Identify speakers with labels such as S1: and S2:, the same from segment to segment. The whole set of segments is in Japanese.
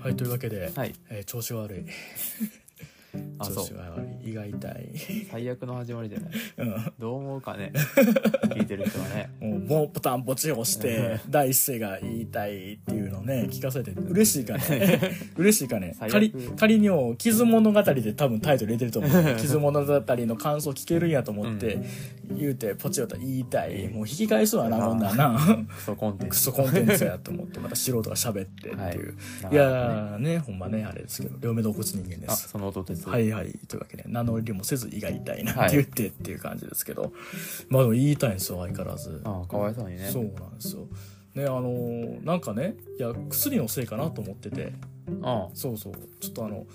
S1: はいというわけで、
S2: はい
S1: えー調子悪い
S2: あ
S1: 調
S2: そう
S1: 子悪い胃が痛い、
S2: 最悪の始まりじゃない
S1: うん
S2: どう思うか ね聞いてる人はね
S1: もうボボタンポチ押 して第一声が言いたいっていうのをね聞かせて嬉しいか ね嬉しいかね
S2: 最悪
S1: 仮仮にも「傷物語」で多分タイトル入れてると思 う傷物語の感想聞けるんやと思って、言うてポチよったら言いたいもう引き返すわな
S2: あー
S1: もんだな
S2: クソコンテン
S1: ク
S2: ツ
S1: ソコンテンツやと思ってまた素人が喋ってっていう、
S2: はい
S1: い、やーねほんまねあれですけど両目洞骨人間で
S2: あ
S1: す
S2: その音です、
S1: はいはい。というわけで、名乗りもせず胃が痛いなって言ってっていう感じですけど、まあでも言いたいんですよ、相変わらず。
S2: あかわいそうにね
S1: そうなんですよ。ね、あのーなんかね、いや、薬のせいかなと思ってて、
S2: あ
S1: そうそう、ちょっとあの、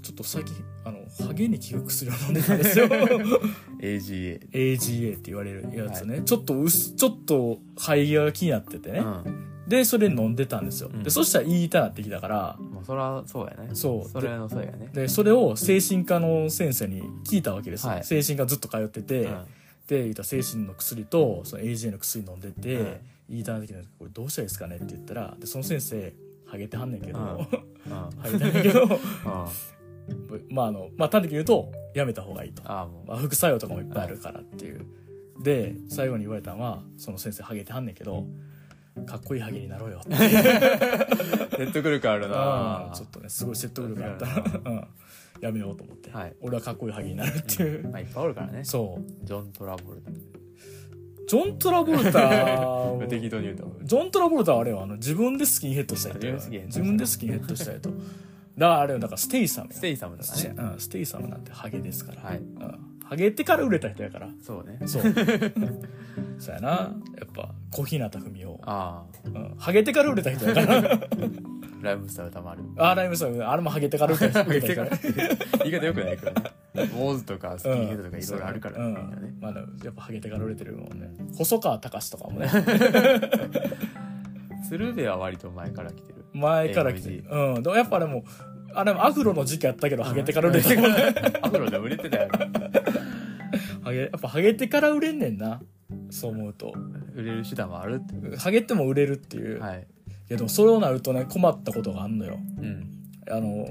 S1: ちょっと最近、あの、ハゲに効く薬を飲んでたん ですよ。
S2: AGA
S1: AGA って言われるやつね。ちょっと薄、ちょっと肺際が気になっててね。
S2: うん
S1: で、それ飲んでたんですよ。
S2: うん
S1: で、そしたら胃痛なってきたから、
S2: まあそれはそうやね
S1: そう
S2: それのそうやね
S1: で、それを精神科の先生に聞いたわけですよ。
S2: はい
S1: 精神科ずっと通ってて、
S2: うん
S1: で言ったら精神の薬とその AGA の薬飲んでて、
S2: うん
S1: 言いたい時にこれどうしたらいいですかねって言ったらでその先生ハゲてはんねんけど、
S2: うん
S1: ハ
S2: うんう
S1: ゲ
S2: ん
S1: てはんねんけど
S2: あ
S1: まああのまあ端的に言うとやめた方がいいと、
S2: あもう
S1: まあ、副作用とかもいっぱいあるからっていう、で最後に言われたのはその先生ハゲてはんねんけどかっこいいハゲになろうよって
S2: 説得力あるな
S1: うんちょっとねすごい説得力があった
S2: な
S1: な、うん、やめようと思って、
S2: はい
S1: 俺はかっこいいハゲになるっていう、
S2: まあいっぱいおるからね
S1: そう
S2: ジョン・トラボルタ
S1: ジョン・トラボルタ
S2: 適当に言うと
S1: ジョン・トラボルタはあれよあの自分でスキンヘッドしたりと
S2: 自分でスキンヘ
S1: 自分でスキンヘ
S2: ッド
S1: ッドしたりとだからあれよだからステイサムや
S2: ステイサムとか
S1: ステイ
S2: ね
S1: うん、ステイサムなんてハゲですから、
S2: はい
S1: うん、ハゲてから売れた人やから
S2: そうね
S1: そう そうやなやっぱ小日向文雄、
S2: あ
S1: うん、ハゲてから売れた人やから
S2: あライブスター歌丸
S1: あーライムさんあれもハゲてから売れ た人 やから
S2: 言い方よくないからね坊主とかスキンヘッドとかいろいろあるからね
S1: う
S2: み
S1: ん
S2: んなね
S1: まあでもやっぱハゲてから売れてるもんね細川隆とかもね
S2: 鶴瓶は割と前から来てる
S1: 前から来てうんでもやっぱあれもあれもアフロの時期やったけどハゲてから売れ てるもんね
S2: アフロでも売れてたよ
S1: ハゲやっぱハゲてから売れんねんなそう思うと
S2: 売れる手段はあるって
S1: ハゲても売れるっていう、い、
S2: はい
S1: やでもそうなるとね困ったことがあんのよ
S2: うん
S1: あの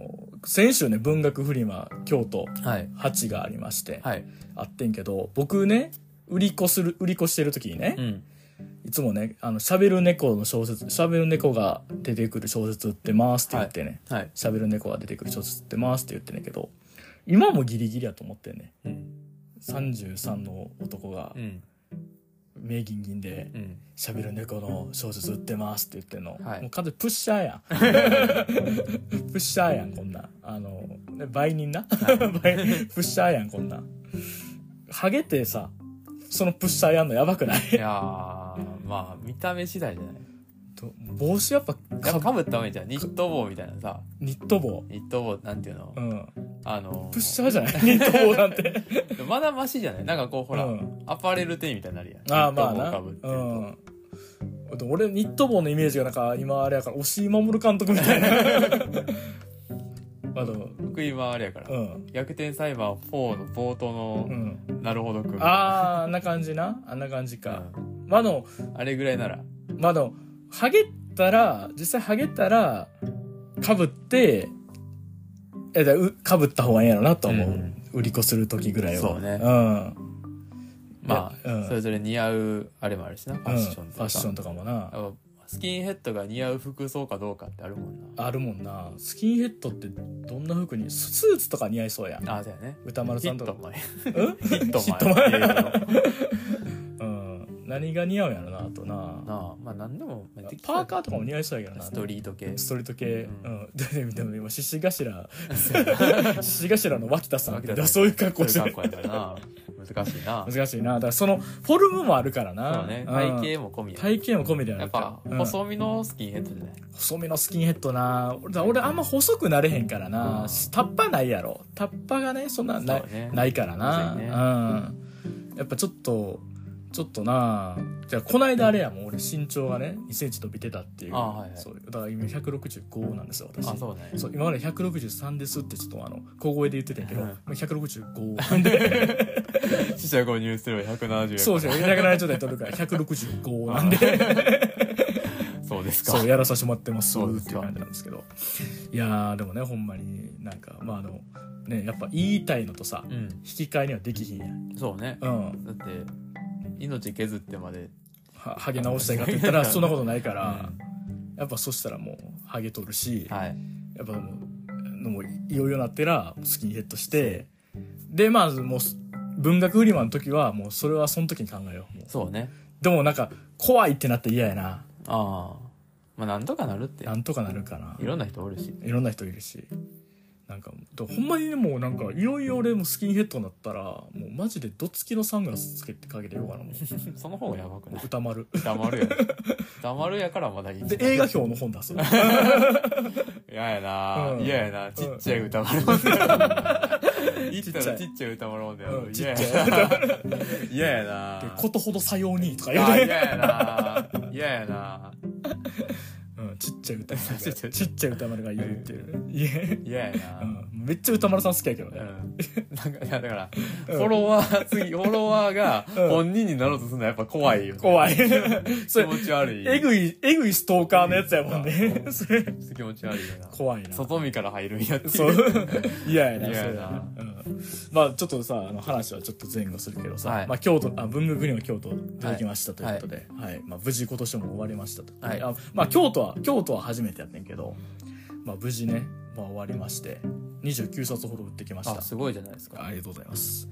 S1: 先週ね文学フリマ京都
S2: はい
S1: 8がありまして、
S2: はい
S1: あってんけど僕ね売り子する売り子してる時にね
S2: う、ん
S1: いつもね「あの喋る猫」の小説「喋る猫」が出てくる小説売ってますって言ってね
S2: はい
S1: 「喋、る猫」が出てくる小説売ってますって言ってんねんけど今もギリギリやと思ってんね
S2: うん
S1: 33の男が
S2: うん
S1: 名銀銀で、
S2: うん
S1: 喋る猫の小説売ってますって言ってんの、
S2: はい
S1: もう完全にプッシャーやん プッシャーやんこんなんあの、ね、売人な、 売プッシャーやんこんなんハゲてさそのプッシャーやんのやばくない
S2: いやーまあ見た目次第じゃない
S1: と帽子やっぱ
S2: やっ
S1: か
S2: ぱかぶった方がいいじゃんニット帽みたいなさ
S1: ニット帽
S2: ニット帽なんていうの
S1: うん
S2: あの
S1: プッシャー じゃないニット帽なんて
S2: まだマシじゃないなんかこうほら、
S1: うん
S2: アパレル店みたいになるやん
S1: ああまあ
S2: ニッ
S1: な
S2: ト帽かぶってると
S1: うんでも俺ニット帽のイメージがなんか今あれやから押井守監督みたい なまあでも
S2: 福井はあれやから、
S1: うん
S2: 逆転裁判4の冒頭の
S1: う、ん
S2: なるほどくん
S1: あーあんな感じなあんな感じか、
S2: うん
S1: まあの
S2: あれぐらいなら
S1: まあのハゲたら実際ハゲたらかぶってえだうかぶった方がいいやろなと思う、
S2: うん
S1: 売り子する時ぐらいは
S2: そうね
S1: うん
S2: まあ、
S1: うん
S2: それぞれ似合うあれもあるしなファッション
S1: うん
S2: と
S1: ファ
S2: か
S1: ッシ
S2: さ、
S1: ョンとかもな
S2: やっぱスキンヘッドが似合う服装かどうかってあるもんな
S1: あるもんなスキンヘッドってどんな服にススーツとか似合いそうやん
S2: ああそうやね
S1: 歌丸
S2: ヒ
S1: さ
S2: ッ
S1: んと
S2: ト
S1: か、
S2: 前
S1: うん
S2: ヒット
S1: ヒッ
S2: 前
S1: ト前
S2: っていうの
S1: うん、何が似合うんやろなあとな
S2: なあまあ何でも
S1: パーカ
S2: ー
S1: ーとかも似合いそうやけどな
S2: ストリート系
S1: ストリート系、う
S2: うん
S1: ん、ででもでも今獅子 頭獅子頭の脇田さんって
S2: 脇田さん
S1: そういう格好して
S2: そうい
S1: る
S2: う格好やからな難しいな
S1: 難しいなだからそのフォルムもあるからな
S2: そうね
S1: ん
S2: 体型も込みや
S1: 体型も込みであ
S2: や
S1: る
S2: っ
S1: か
S2: ぱ
S1: ら、うん
S2: 細身のスキンヘッドじゃない
S1: 細めのスキンヘッドな俺だ俺あんま細くなれへんからな、
S2: うん
S1: タッパないやろタッパがねそんなない,、
S2: そうね
S1: ないからな、
S2: そうね
S1: うんやっぱちょっとちょっとなじゃあこないだあれやもん俺身長がね2センチ伸びてたっていう
S2: あはいはい
S1: そうだから今165なんですよ私
S2: あそうね
S1: そう今まで163ですってちょっとあの小声で言ってたんやけど、
S2: うん
S1: もう165なん で
S2: 死者購入すれば170円
S1: そうですよ170代取るから165なんで
S2: そうですか
S1: そうやらさせてもらってます
S2: そう
S1: っ
S2: ですか
S1: ていう感じなんですけどいやーでもねほんまになんかまあでもねやっぱ言いたいのとさ
S2: うん
S1: 引き換えにはできひんやん
S2: そうね
S1: うん
S2: だって命削ってまで
S1: はハゲ直したいかって言ったらそんなことないから
S2: うん
S1: やっぱそしたらもうハゲ取るし
S2: はい
S1: やっぱもうのもいよいよなってらスキンヘッドしてでまあもう文学フリマの時はもうそれはその時に考えようもう
S2: そうね
S1: でもなんか怖いってなって嫌やな
S2: ああまあなんとかなるって
S1: なんとかなるかない
S2: ろんな人おる し
S1: いろんな人いるしなんかでもほんまにねもうなんかいろいろ俺もスキンヘッドになったらもうマジでどつきのサングラスつけてかけてようかなもう
S2: その方がやばくない
S1: 歌丸
S2: 黙 るや黙るやからまだいい
S1: で映画表の本出す
S2: 嫌やな
S1: うん
S2: 嫌やなちっちゃい歌丸もん言ったらちっちゃい歌丸もんだよ
S1: うんち
S2: 嫌
S1: っ
S2: や
S1: ち
S2: な嫌やな
S1: でことほどさようにとか言う
S2: あ
S1: て
S2: 嫌やな嫌やな
S1: うんちっちゃい歌丸
S2: ちっちゃ
S1: が
S2: い
S1: ちっちゃい歌丸が言うっていういえ
S2: 嫌やな
S1: うんめっちゃ歌丸さん好きやけど
S2: う
S1: ね
S2: んなんかいやだからフォロワー次フォロワーが
S1: うん
S2: 本人になろうとするのはやっぱ怖いよね
S1: 怖いそれ
S2: 気持ち悪い
S1: えぐいえぐいストーカーのやつやもんね それ
S2: 気持ち悪いよな
S1: 怖いな
S2: 外見から入るんやってい
S1: そうう 嫌やな
S2: 嫌やな
S1: そうやな、うん、まあちょっとさあの話はちょっと前後するけどさ、
S2: はい
S1: まあ、京都あ文具部には京都出てきましたということで、はいまあ、無事今年も終わりましたと、
S2: はい
S1: あまあ、京都は京都は初めてやってんけど、まあ、無事ね、まあ、終わりまして29冊ほど売ってきました
S2: あすごいじゃないですか
S1: ありがとうございます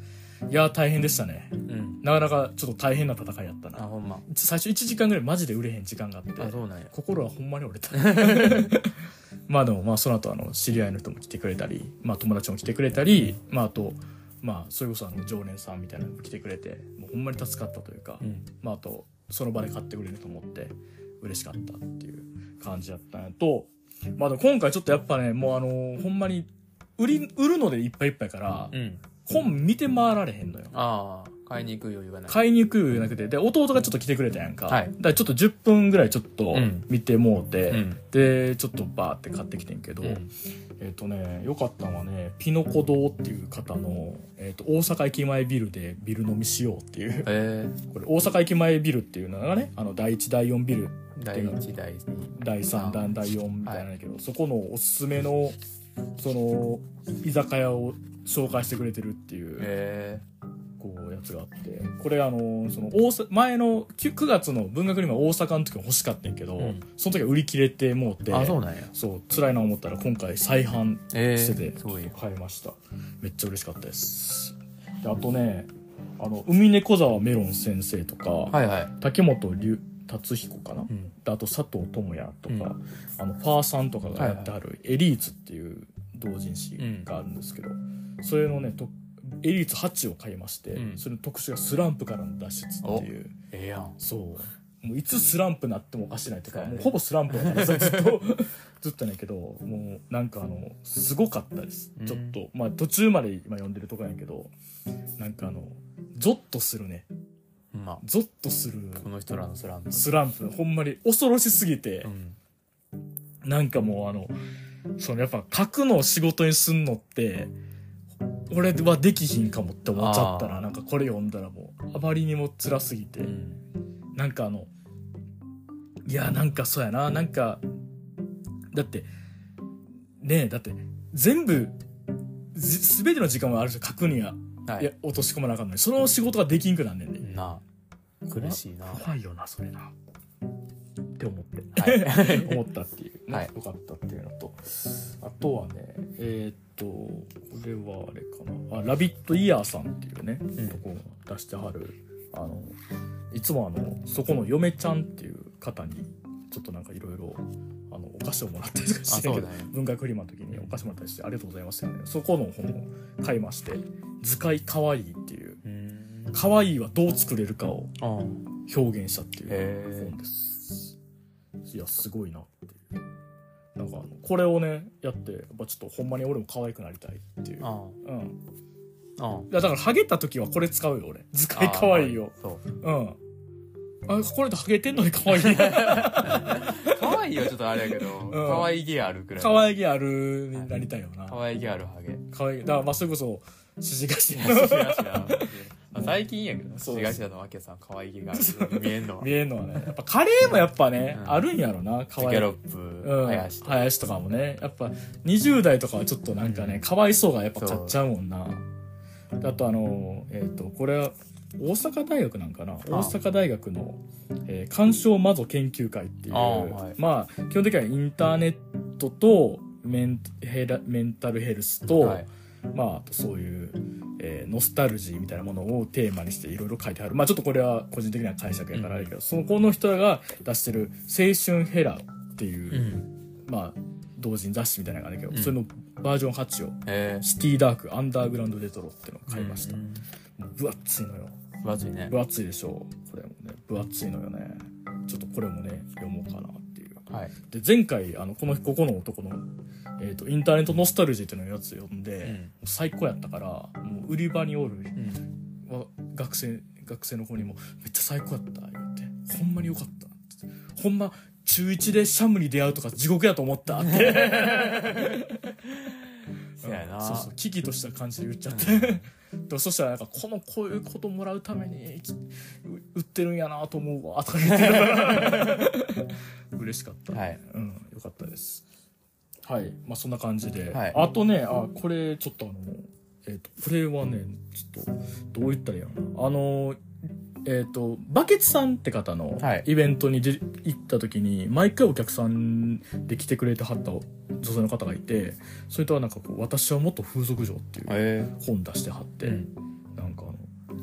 S1: いやー大変でしたね
S2: うん
S1: なかなかちょっと大変な戦いやった
S2: あ
S1: な
S2: ほんま
S1: 最初1時間ぐらいマジで売れへん時間があって
S2: あそうなんや
S1: 心はほんまに折れ たまあでもまあその後あの知り合いの人も来てくれたり、まあ、友達も来てくれたり、まあ、あと、まあ、それこそあの常連さんみたいなのも来てくれてもうほんまに助かったというか、
S2: うん
S1: まあ、あとその場で買ってくれると思って嬉しかったっていう感じだったのと、まあ、でも今回ちょっとやっぱねもうあのほんまに売り売るのでいっぱいいっぱいから、
S2: うん
S1: 本見て回られへんのよ。
S2: ああ買いに行く余裕がない
S1: 買いに行くじゃなくてで弟がちょっと来てくれたやんか、
S2: はい
S1: だからちょっと10分ぐらいちょっと
S2: うん
S1: 見てもうて、
S2: うん
S1: でちょっとバーって買ってきてんけど、
S2: うん
S1: えっ、とねよかったのはねピノコ堂っていう方の、えー、と大阪駅前ビルでビル飲みしようっていう
S2: え
S1: これ大阪駅前ビルっていうのがねあの第1第4ビル
S2: ー、第一第二
S1: 第3弾第4みたいなんやけど、そこのおすすめのその居酒屋を紹介してくれてるっていう。
S2: え
S1: こうやつがあってこれあのその大阪前の 9, 9月の文学にも大阪の時も欲しかったんやけど、
S2: うん
S1: その時は売り切れてもうて
S2: ー、あそうなんや
S1: そう辛いな思ったら今回再販
S2: え
S1: して
S2: ー、
S1: て
S2: すごいよ
S1: 買いましためっちゃ嬉しかったですであとねあの海猫沢メロン先生とか、
S2: はいはい、
S1: 竹本龍達彦かな、
S2: うん、
S1: であと佐藤智也と
S2: うん
S1: か、あのファーさんとかがやってあるエリーツっていう同人誌があるんですけど、それのねとエリーツ8を買いまして、
S2: うん
S1: それの特集がスランプからの脱出っていう
S2: ええやん
S1: そうもういつスランプなってもおかしないとか、
S2: はい
S1: もうほぼスランプだからずっ とずっとないけどもうなんかあのすごかったです、
S2: うん
S1: ちょっとまあ途中まで今読んでるとこやけどなんかあのゾッとするね
S2: ほんま
S1: ゾッとする
S2: この人らのスランプ
S1: スランプほんまに恐ろしすぎて、
S2: うん
S1: なんかもうあの、そのやっぱ書くのを仕事にすんのって、俺はできひんかもって思っちゃった
S2: あ
S1: ら、なんかこれ読んだらもう、あまりにも辛すぎて、
S2: うん
S1: なんかあの、いや、なんかそうやな、なんか、だって、ねえ、だって、全部、すべての時間はある人書くには、
S2: はい
S1: いや、落とし込まなあかんのに、その仕事ができんくなんねんね。
S2: なあ苦しいな
S1: 怖いよなそれなって思って、
S2: はい
S1: 思ったっていう、ね
S2: はい
S1: よかったっていうのとあとはねえーっとこれはあれかなあ「ラビットイヤーさん」っていうね、
S2: ん
S1: とこが出してはるあのいつもあのそこの嫁ちゃんっていう方にちょっとなんかいろいろあのお菓子をもらったりとかして
S2: あそうだね
S1: 文化フリマの時にお菓子もらったりしてありがとうございますよねそこの本を買いまして「図解かわいい」っていう
S2: うん
S1: 「かわいいはどう作れるか」を
S2: ああ
S1: 表現したってい
S2: へー
S1: う本です。いや、すごいなっていう。なんかあの、これをね、やって、やっぱちょっとほんまに俺も可愛くなりたいっていう。
S2: あ
S1: うん。い
S2: ああ
S1: や、だから、ハゲた時はこれ使うよ、俺。図
S2: あ
S1: 解可愛いよ。
S2: そう
S1: うん。あ、これでハゲてんのに 可愛い。可
S2: 可愛いよちょっとあれやけど可愛いげあるくらいい
S1: 愛げあるになりたいよな。
S2: 可愛げあるハゲ
S1: 可愛い。だから、まあ、それこそ、指示がし
S2: いや好きだしなあ最近やけど
S1: そう
S2: 志頭のわけさん可愛げが見えんのは
S1: 見えるのはねやっぱカレーもやっぱね、
S2: うん
S1: あるんやろな可
S2: ギ
S1: 愛
S2: ャ
S1: い
S2: ロップ、
S1: うん、
S2: 林
S1: 林
S2: と
S1: とかもねやっぱ20代とかはちょっとなんかね、かわいそうがやっぱ買っちゃうもんなあとあのえっ、とこれは大阪大学なんかな大阪大学の、えー鑑賞魔女研究会っていう
S2: ああはい
S1: まあ基本的にはインターネットとメンヘラメンタルヘルスと、
S2: はい
S1: まあ、あとそういう、えーノスタルジーみたいなものをテーマにしていろいろ書いてある。まあちょっとこれは個人的な解釈やからあれやけど、そのこの人が出してる青春ヘラっていう、
S2: ん
S1: まあ同人雑誌みたいなのがあるけど、
S2: うん
S1: それのバージョン8を、
S2: え
S1: シティダークアンダーグラウンドレトロっていうのを
S2: ー
S1: 買いました
S2: う。ん
S1: 分厚いのよ。
S2: 分厚いね
S1: 分厚いでしょう。これもね、分厚いのよね。ちょっとこれもね、読もうかなっていう。
S2: はい
S1: で、前回、あの、この、ここの男の、えっ、と、インターネットノスタルジーっていうのやつ読んで、
S2: うん
S1: 最高やったからもう売り場におる
S2: うん
S1: わ学生学生の子にも「めっちゃ最高やった」言って「ほんまによかった」ってほんま中1でシャムに出会うとか地獄やと思った」って
S2: そうやな
S1: そうそう危機とした感じで言っちゃって でそしたらなんかこのこういうこともらうためにきう売ってるんやなと思うわとか言ってたから 嬉しかった、
S2: はい
S1: うん、よかったです。はい。まあ、そんな感じで。
S2: はい
S1: あとね、あ、これ、ちょっとあの、えっ、と、これはね、ちょっと、どう言ったらいいのかな。あの、えっ、と、バケツさんって方の
S2: はい
S1: イベントに出行った時に、毎回お客さんで来てくれてはった女性の方がいて、それとはなんかこう、私はもっと風俗嬢っていう
S2: え
S1: 本出してはって、
S2: ー
S1: なんかあの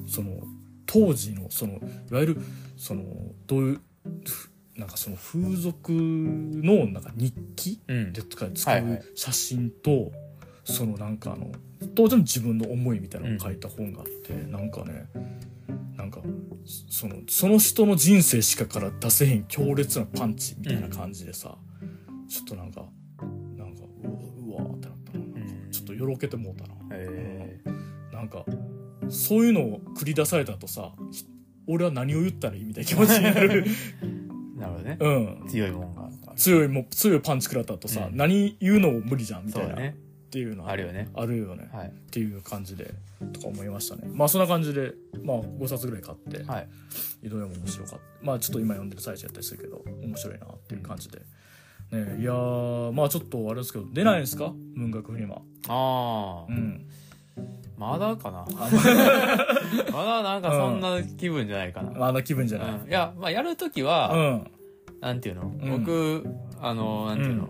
S1: その当時のそのいわゆるそのどういうふなんかその風俗のなんか日記
S2: うん
S1: で使う
S2: はいはい
S1: 写真と、そのなんかあの当時の自分の思いみたいなのを書いた本があって、なんかねなんかそのその人の人生しかから出せへん強烈なパンチみたいな感じでさ、ちょっとなんかなんかうわうわーってなったななんか
S2: うん
S1: ちょっとよろけてもうたな。
S2: え
S1: なんかそういうのを繰り出されたとさひ俺は何を言ったらいいみたいな気持ちになる、
S2: ーなるほどね
S1: うん、
S2: 強いもんがあるから
S1: 強いも強いパンチ食らったとさ、
S2: うん
S1: 何言うのも無理じゃんみ
S2: そ
S1: た
S2: う
S1: いな、
S2: だね
S1: っていうのは
S2: あるよね
S1: あるよね
S2: はい
S1: っていう感じでとか思いましたねまあそんな感じで、まあ、5冊ぐらい買って、
S2: はい
S1: い、ろいろ面白かったまあちょっと今読んでる最中やったりするけど面白いなっていう感じで、ねいやーまあちょっとあれですけど出ないんですか文学フリマ
S2: あ
S1: う
S2: あ
S1: ん
S2: まだかな まだなんかそんな気分じゃないかな
S1: まああの気分じゃない
S2: うんいやまあやるとき
S1: う
S2: は
S1: ん
S2: なんていうの
S1: ん
S2: 僕あのなんていう
S1: う
S2: の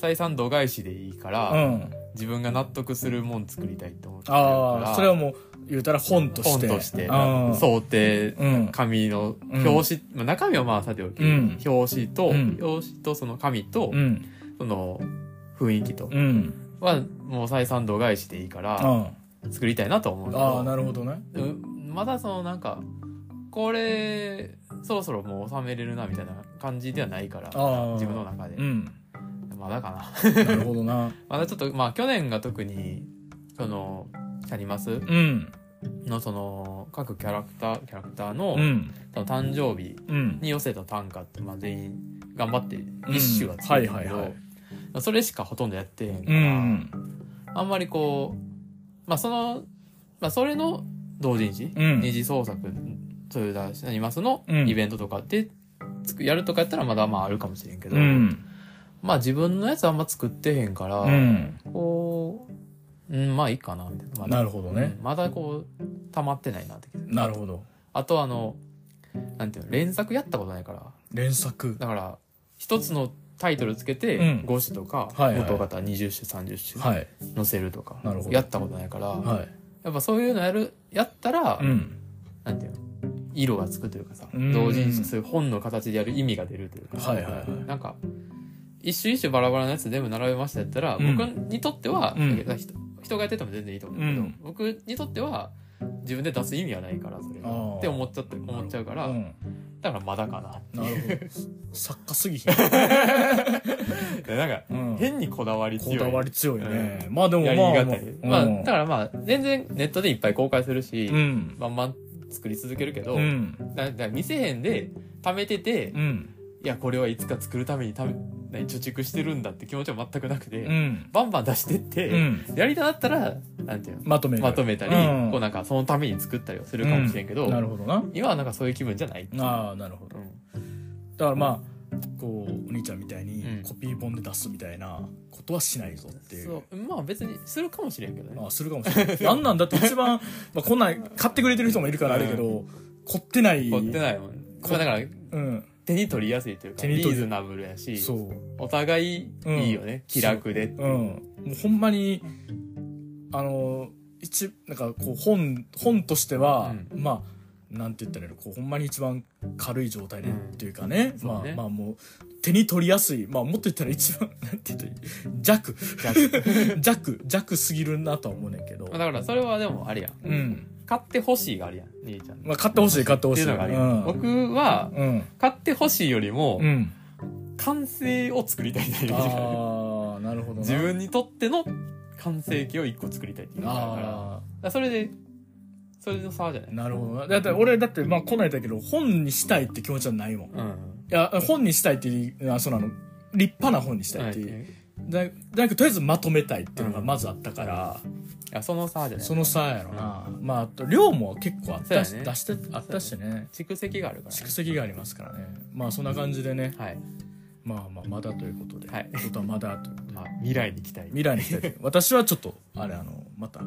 S2: 採算度外視でいいか
S1: う
S2: ら
S1: ん
S2: 自分が納得するもん作りたいと思ってるか
S1: ああ
S2: ら
S1: それはもう言うたら本として
S2: 本として
S1: うん
S2: 想定
S1: うん
S2: 紙の
S1: うん
S2: 表紙、まあ、中身はまあさておき、
S1: うん
S2: 表紙と、
S1: うん
S2: 表紙とその紙と、
S1: うん
S2: その雰囲気と
S1: うん
S2: はもう採算度外視でいいから
S1: あ
S2: 作りたいなと思うけ
S1: あ
S2: ど
S1: ーなるほどね
S2: うんまだそのなんかこれそろそろもう収めれるなみたいな感じではないから
S1: ああ
S2: 自分の中で、
S1: うん
S2: まだかな
S1: なるほどな
S2: まだちょっとまあ去年が特にそのシャニマス
S1: うん
S2: のその各キャラクターキャラクターの,、
S1: うん
S2: その誕生日
S1: うん
S2: に寄せた短歌って、まあ、全員頑張って一首は作るんだけど、
S1: はいはい
S2: それしかほとんどやってへん
S1: う
S2: から、
S1: ん
S2: あんまりこうまあその、まあ、それの同人誌、
S1: うん
S2: 二次創作そういうだなりますの
S1: うん
S2: イベントとかでつくやるとかやったらまだまああるかもしれんけど、
S1: うん
S2: まあ自分のやつあんま作ってへんから、
S1: うん
S2: こう、うん、まあいいかなみたいなまだ
S1: なるほどね
S2: うんまだこう溜まってないなって
S1: なるほど
S2: あとあのなんていうの連作やったことないから
S1: 連作
S2: だから一つのタイトルつけて
S1: うん
S2: 5種とか、
S1: はいはい
S2: 元型20種30種
S1: はい
S2: 載せるとか
S1: なるほど
S2: やったことないから、
S1: は
S2: やっぱそういうのやるやったら、
S1: いうん
S2: なんていうの色がつくというかさ
S1: うん
S2: 同人誌する本の形でやる意味が出るというか、
S1: はいはいはい
S2: なんか一種一種バラバラのやつ全部並べましたやったら、
S1: うん
S2: 僕にとっては、
S1: うん
S2: だけど人人がやってても全然いいと思うけど、
S1: うん
S2: 僕にとっては自分で出す意味はないからそれが
S1: あー
S2: って思っちゃって思っちゃうから、
S1: ん
S2: だからまだかなって
S1: なるほど作家すぎ ひん
S2: でなんか、
S1: うん
S2: 変にこだわり強
S1: こ
S2: い
S1: だわり強いねまあでも
S2: やり
S1: まあ
S2: が
S1: まあ
S2: たい、まあ
S1: う
S2: だ
S1: ん
S2: からまあ全然ネットでいっぱい公開するし、
S1: うん
S2: バンバン作り続けるけど、
S1: うん
S2: だだから見せへんで貯めてて、
S1: うん
S2: いやこれはいつか作るためにため何貯蓄してるんだって気持ちは全くなくて、
S1: うん。
S2: バンバン出してって、
S1: うん。
S2: やりたかったらなんていうの
S1: まとめる。
S2: まとめたり、
S1: うん
S2: こうなんかそのために作ったりはするかもしれんけど、
S1: うなるほどな。
S2: 今はなんかそういう気分じゃない、
S1: ああ、なるほど。
S2: うん
S1: だからまあ、こう、お兄ちゃんみたいに
S2: うん
S1: コピー本で出すみたいなことはしないぞっていう。
S2: そうまあ別にするかもしれんけどね
S1: ああするかもしれない。なんなんだって一番、まあ、こんなん買ってくれてる人もいるからあれやけど、凝ってない。
S2: 凝ってないもんまあだから
S1: うん。
S2: 手に取りやすいというか
S1: 手に
S2: リ
S1: 取り
S2: ーズナブルやし
S1: そう。
S2: お互いいいよね、気楽で
S1: うん。もうほんまに、あの、一、なんかこう本、本としては、まあ、なんて言ったらいいのこうほんまに一番軽い状態で
S2: う
S1: っ
S2: ん
S1: ていうかね。
S2: そう
S1: まあ
S2: ね
S1: まあもう、手に取りやすい。まあもっと言ったら一番、 なんて言ったらいい弱、
S2: じゃあ
S1: 弱、弱すぎるなとは思うねんけど
S2: まあ。だからそれはでもあれやん
S1: うん。
S2: 買ってほしいがあるやん兄ちゃん
S1: まあ買ってほしい、買ってほ
S2: って
S1: し
S2: い
S1: い。
S2: うのがある
S1: う
S2: やん、
S1: ん。
S2: 僕は
S1: うん。
S2: 買ってほしいよりも
S1: うん。
S2: 完成を作りたいというか
S1: ああ、なるほどな。
S2: 自分にとっての完成形を一個作りたいっていうかだからだか
S1: ああ。
S2: らそれでそれの差じゃない
S1: なるほどな。だって俺、だってまあこないだけど、本にしたいって気持ちはないもん。い
S2: うん
S1: や、本にしたいっていう、あそうなの。立派な本にしたいっていう。だだけど、とりあえずまとめたいっていうのがまずあったから、
S2: あその差じゃない
S1: その差やろな。まあ、あと量も結構あったし、
S2: そうやね
S1: 出して、あったしね。
S2: 蓄積があるから、
S1: 蓄積がありますからね。まあそんな感じでね、
S2: はい
S1: まあまあまだということで、
S2: はい
S1: ことはまだという
S2: まあ未来に期待
S1: 未来に期待で私はちょっと、あれあの、また、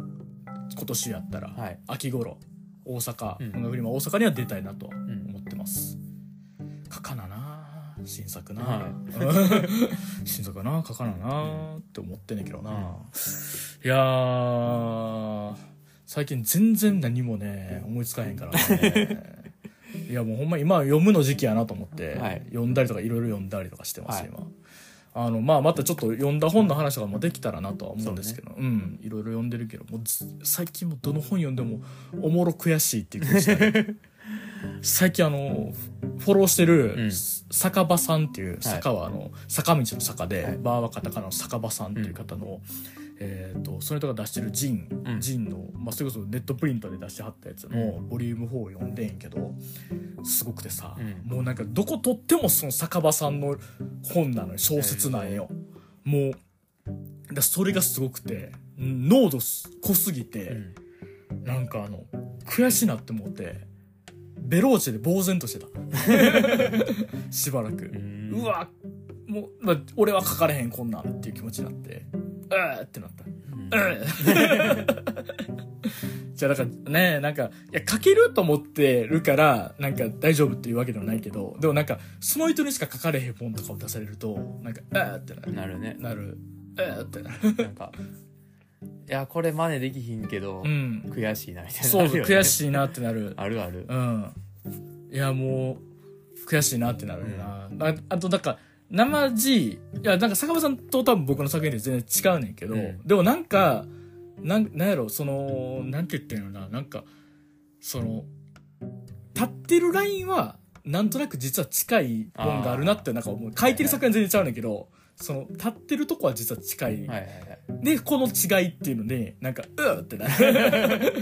S1: 今年やったら、
S2: はい
S1: 秋頃大阪、
S2: うん
S1: 音楽フリマ大阪には出たいなと
S2: ん
S1: 思ってます、書かなな新作な、
S2: は
S1: 新作な書かななって思ってんねんけどな、
S2: うん
S1: いやー最近全然何もね思いつかへんからね いやもうほんま今読むの時期やなと思って、
S2: はい
S1: 読んだりとかいろいろ読んだりとかしてます、
S2: はい
S1: 今あのまあまたちょっと読んだ本の話とかもできたらなとは思うんですけど、うんいろいろ読んでるけどもうず最近もうどの本読んでもおもろ悔しいっていう気持ちだ ね最近あのフォローして
S2: う
S1: る
S2: ん
S1: 酒場さんっていう坂はあの坂道の坂で、
S2: はい
S1: バーはカタカナの酒場さんっていう方の、えー、とそれとか出してるジン、
S2: うん
S1: ジンの、まあ、それこそネットプリントで出してはったやつのボリューム4を読んでんけどすごくてさ、
S2: うん
S1: もうなんかどこ取ってもその酒場さんの本なのよ小説なんよ。もうだそれがすごくて濃度す濃すぎて、
S2: うん
S1: なんかあの悔しいなって思ってベローチェで呆然としてた しばらく。
S2: うん
S1: うわもう、まあ、俺は書かれへんこんなんっていう気持ちになってうーってなった
S2: うん
S1: じゃあだからねなんかいや書けると思ってるからなんか大丈夫っていうわけではないけどでもなんかその人にしか書かれへん本とかを出されるとなんかうーってなる
S2: なるね
S1: なるうーってなる
S2: なんか いやこれ真似できひんけど、
S1: うん
S2: 悔しいなみたいな
S1: そうそう悔
S2: い
S1: しいなってなる
S2: あるある
S1: うんいやもう悔しいなってなるよな、ああとなんか生地いやなんか坂本さんと多分僕の作品で全然違うねんけど、
S2: うん
S1: でもなんかなんなんやろそのなんて言ってんのかななんかその立ってるラインはなんとなく実は近い本があるなってなんか思う書いてる作品は全然違うねんけど、その立ってるとこは実は近い
S2: はいはいはい
S1: でこの違いっていうのでなんか「うーってな る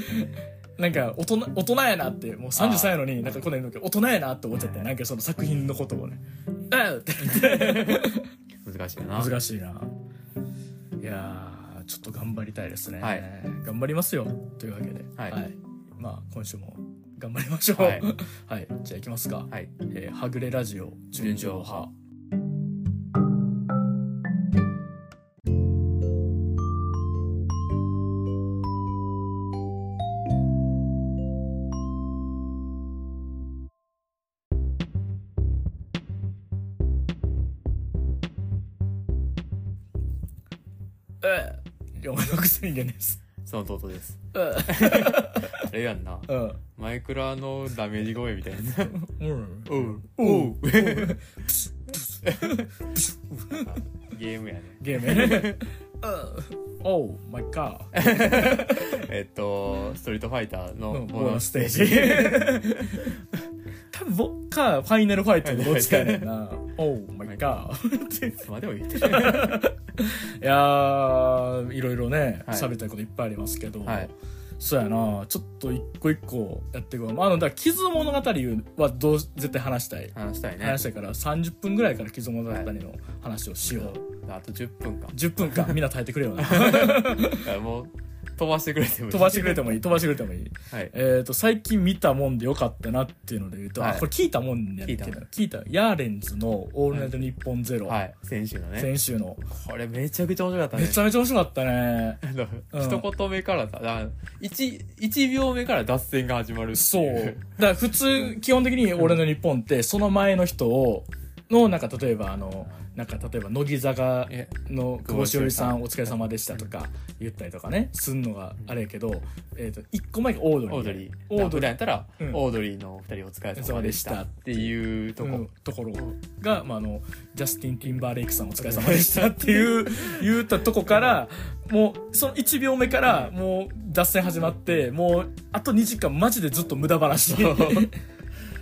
S1: なんか大人大人やなってもう33歳やのになんかこんなん言うのけど大人やなって思っちゃってなんかその作品のことをね「うーって
S2: 難しいよな
S1: 難しいないやーちょっと頑張りたいですね、
S2: はい
S1: 頑張りますよというわけでは
S2: はい
S1: まあ今週も頑張りましょ うは
S2: はいい、
S1: じゃあ行きますか、
S2: はい
S1: えーはぐれラジオ純情派ええお前のくせにじゃねえっす。
S2: その 弟です
S1: え
S2: あれやんな
S1: えうん。
S2: マイクラのダメージ声みたいな
S1: うん。
S2: おう
S1: お
S2: うゲームやね
S1: ゲームやね。うん。Oh my god.
S2: えっとストリートファイターの
S1: ボ
S2: ボ
S1: ー
S2: ー
S1: ナ
S2: ナ
S1: ス
S2: ス
S1: ス
S2: ス
S1: テ
S2: テ
S1: ー
S2: ー
S1: ジ
S2: ジ
S1: 多分僕かファイナルファイトのどっちかやねんな。Oh my god.
S2: いつまでも言ってる
S1: いやー、いろいろね、
S2: はい
S1: 喋、りたいこといっぱいありますけど、
S2: はい
S1: そうやなちょっと一個一個やっていこう、まあ、あのだから「傷物語」はどう絶対話したい
S2: 話したいね
S1: 話したいから30分ぐらいから「傷物語」の話をしよう、
S2: あと10分か
S1: 10分間みんな耐えてくれよな
S2: いやもう飛ばしてくれてもいい
S1: 飛ばしてくれてもいい飛ばしてくれてもいい
S2: はい
S1: えっ、と最近見たもんでよかったなっていうので言うと、
S2: はい
S1: あこれ聞いたもんやねんけど
S2: 聞いた
S1: 聞いたヤーレンズの「オールナイトニッポンゼロ、
S2: はい選手のね
S1: 先週の
S2: これめちゃくちゃ面白かったね
S1: めちゃめちゃ面白かったね
S2: あの
S1: うん
S2: 一言目からさだ 1, 1秒目から脱線が始まるって
S1: そ
S2: いう
S1: う。だから普通、基本的に俺の日本って、その前の人を、の、なんか例えばあの、なんか例えば乃木坂
S2: え
S1: の久保しおりさんお疲れ様でしたとか言ったりとかね、すんのがあれやけど、えっと、一個前がオードリー。
S2: オードリー
S1: オード
S2: 普
S1: リー
S2: 段やったら、
S1: うん
S2: オードリーのお二人お疲れ様でし
S1: そう
S2: た
S1: でした
S2: っていうと
S1: と
S2: こ、
S1: ころところが、まあ、あのジャスティン・ティンバーレイクさんお疲れ様でしたっていう言ったとこからもうその1秒目からもう脱線始まってもうあと2時間マジでずっと無駄話
S2: そう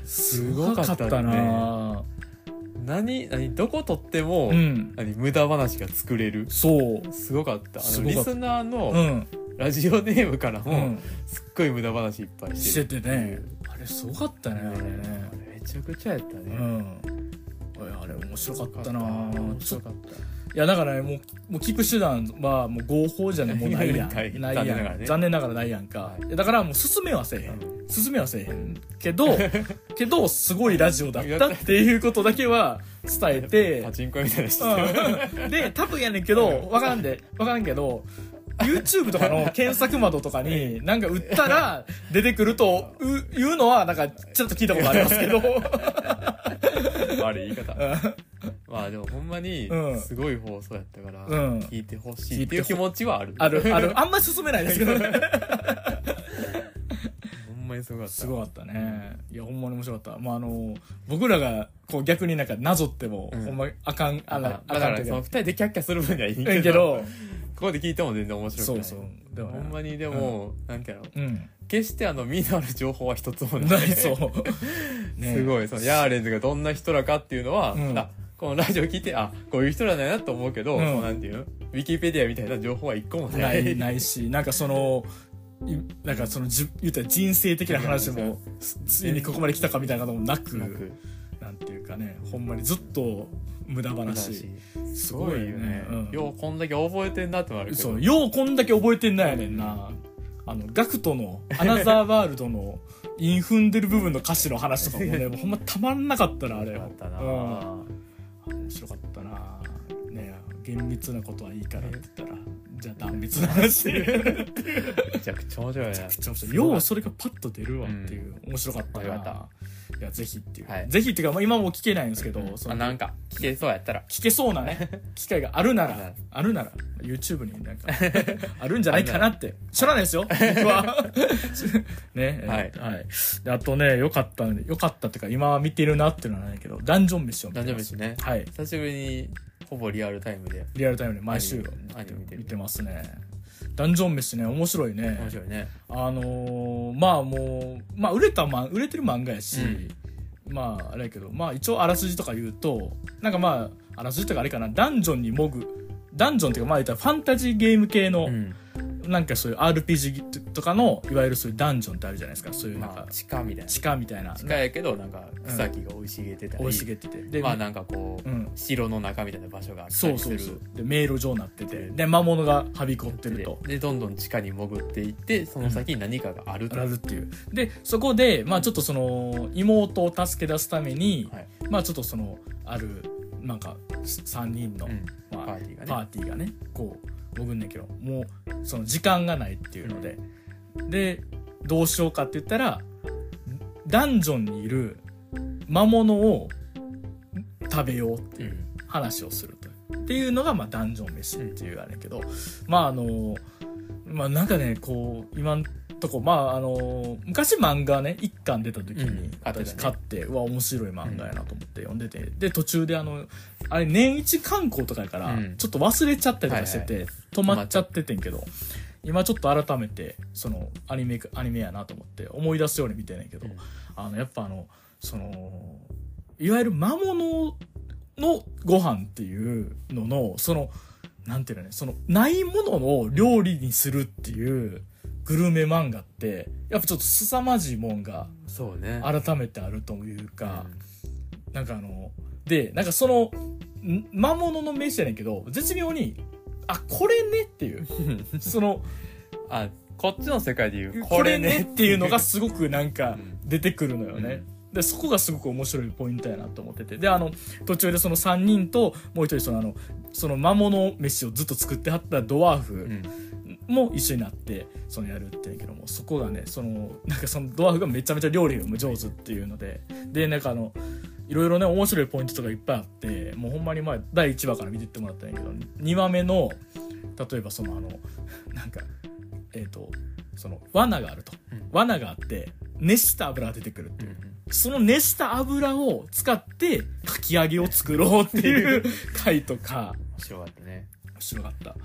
S1: す
S2: ごかったね
S1: な
S2: 何何どこ撮っても、
S1: うん
S2: 何無駄話が作れる
S1: そう
S2: すごかったあ
S1: す
S2: の
S1: ご
S2: リ
S1: かった
S2: スナー
S1: う
S2: の
S1: ん
S2: ラジオネームから
S1: う
S2: も、
S1: ん
S2: すっごい無駄話いっぱい
S1: し
S2: して
S1: て
S2: る
S1: てねあれすごかったねあれね
S2: あれめちゃくちゃやった
S1: う
S2: ね、
S1: んいやあれ面白かったな
S2: 面
S1: ちょ
S2: 白かった
S1: いやだからねもうもう聞く手段はもう合法じゃねもうないやん
S2: ない
S1: ないやん
S2: 残念ながらね
S1: 残念ながらないやんか、
S2: はい
S1: いやだからもう進めはせえへん、
S2: う
S1: 進めはせえへんけ どけどすごいラジオだったっていうことだけは伝えて
S2: パチンコ屋みたいなしてる
S1: うん、で多分やねんけど分からんで分からんけど YouTube とかの検索窓とかになんか売ったら出てくるとう言うのはなんかちょっと聞いたことありますけ ど
S2: 悪い言 い方まあでもほんまに
S1: うん
S2: すごい放送やったから、
S1: うん
S2: 聞いてほしいっていう気持ちはある
S1: あるあるあんま進めないですけどね
S2: ほんまにすごかった
S1: すごかったね。いや、ほんまに面白かった。まあ、あの、僕らが、こう逆になんか、なぞっても、
S2: うん
S1: ほんま、あかん、あ
S2: だから
S1: ら、あ
S2: だ
S1: か
S2: か
S1: んとい
S2: ら
S1: う
S2: その
S1: か
S2: 2人でキャッキャする分にはいいけ
S1: え
S2: ど
S1: えけど、
S2: ここで聞いても全然面白く
S1: そ
S2: な
S1: う
S2: い
S1: そう。でも
S2: ほん
S1: ね、
S2: まにでも、なんていうの
S1: うん。
S2: 決してあの身のある情報は一つもない
S1: ない、そう。 ね
S2: すごいそのヤーレンズがどんな人らかっていうのは、
S1: うん
S2: あこのラジオ聞いてあこういう人らだなと思うけど、
S1: うん
S2: そのなんていうのウィキペディアみたいな情報は一個もな
S1: ないい、 ないし、なんかその、いなんかそのじ言ったら人生的な話もすついにここまで来たかみたいなこともなく
S2: なく
S1: なんていうかねほんまにずっと無駄話
S2: すごいよね、
S1: うん
S2: ようこんだけ覚えてんなってなるけど
S1: そうようこんだけ覚えてんなんやねんなあのガクトの「アナザーワールド」のイン踏んでる部分の歌詞の話とかも ねもうほんまたまんなかったなあれ
S2: よか
S1: は
S2: ったな、
S1: うん面白かったなね厳密なことはいいからって言ったらじゃあ断密な話 め
S2: めちゃくちゃ面白いね
S1: ちゃ面白いようそれがパッと出るわっていう、面白かったな
S2: 面白か
S1: いやぜひっていう、
S2: はい
S1: ぜひっていうか、まあ、今も聞けないんですけど、そ
S2: あ
S1: の
S2: なんか聞けそうやったら
S1: 聞けそうな ね機会があるな
S2: はい
S1: らあるなら YouTube になん かあるんじゃないかなって知らないですよ僕 はね
S2: はい
S1: はい、であとねよかったよかったっていうか今は見てるなっていうのはないけどダンジョン飯を見て
S2: 大
S1: ます
S2: 丈夫ですね
S1: はい
S2: 久しぶりにほぼリアルタイムで
S1: リアルタイムで毎週
S2: アニメ見てる
S1: 見てますねダンジョン飯ね面白いね
S2: 面白いね
S1: あのーまあもう、まあ、売れたまん売れてる漫画やし、
S2: うん
S1: まああれやけど、まあ、一応あらすじとか言うとなんかまああらすじとかあれかなダンジョンに潜るダンジョンっていうかまあ言ったらファンタジーゲーム系の、
S2: うん
S1: なんかそういう RPG とかのいわゆるそういうダンジョンってあるじゃないですかそういうなん
S2: ま
S1: か
S2: あ地下みたいな
S1: 地下みたいな
S2: 地下やけどなんか草木が生い茂ってたり、
S1: 生い茂っててで、
S2: まあなんかこう、
S1: うん
S2: 城の中みたいな場所があった
S1: そう
S2: りす
S1: そう
S2: る
S1: そうで迷路状になっててで魔物がはびこってる
S2: で
S1: と
S2: でどんどん地下に潜っていってその先に何かがあると、
S1: なるっていうでそこでまあちょっとその妹を助け出すために、
S2: はい
S1: まあちょっとそのあるなんか3人の、
S2: うん
S1: まあ
S2: パーティーがね
S1: パーティーがねこう潜んねんけどもうその時間がないっていうので、でどうしようかって言ったらダンジョンにいる魔物を食べようっていう話をするとっていうのが、まあ、ダンジョン飯っていうあれやけど、まああのまあなんかねこう今んとこまああの昔漫画ね1巻出た時
S2: う
S1: に
S2: ん買ってたね
S1: 私買って、うわ面白い漫画やなと思って読んでて、で途中であのあれ年一刊行とかやから、
S2: うん
S1: ちょっと忘れちゃったりとかしてて、止まっちゃっててんけど今ちょっと改めてそのアニメアニメやなと思って思い出すように見てんねんけど、
S2: うん
S1: あのやっぱあのそのいわゆる魔物のご飯っていうののそのなんていうのねそのないものを料理にするっていうグルメ漫画ってやっぱちょっと凄まじいもんが
S2: そうね
S1: 改めてあるというか、なんかあのでなんかそのん魔物の名詞やねんけど絶妙にあこれねっていう
S2: うん
S1: その
S2: あこっちの世界で言う
S1: これねっていうのがすごくなんか
S2: うん
S1: 出てくるのよね。でそこがすごく面白いポイントやなと思っててであの途中でその3人ともう一人そのあのその魔物飯をずっと作ってはったドワーフ、
S2: うん
S1: も一緒になってそのやるっていうけどもそこがねそのなんかそのドワーフがめちゃめちゃ料理が上手っていうのででなんかあのいろいろね面白いポイントとかいっぱいあってもうほんまに前第1話から見てってもらったんやけど2話目の例えばそのあのなんかえっ、とその罠があると、
S2: うん
S1: 罠があって熱した油が出てくるっていううん
S2: うん
S1: その熱した油を使ってかき揚げを作ろうっていう 回とか。
S2: 面白かったね
S1: 面白かった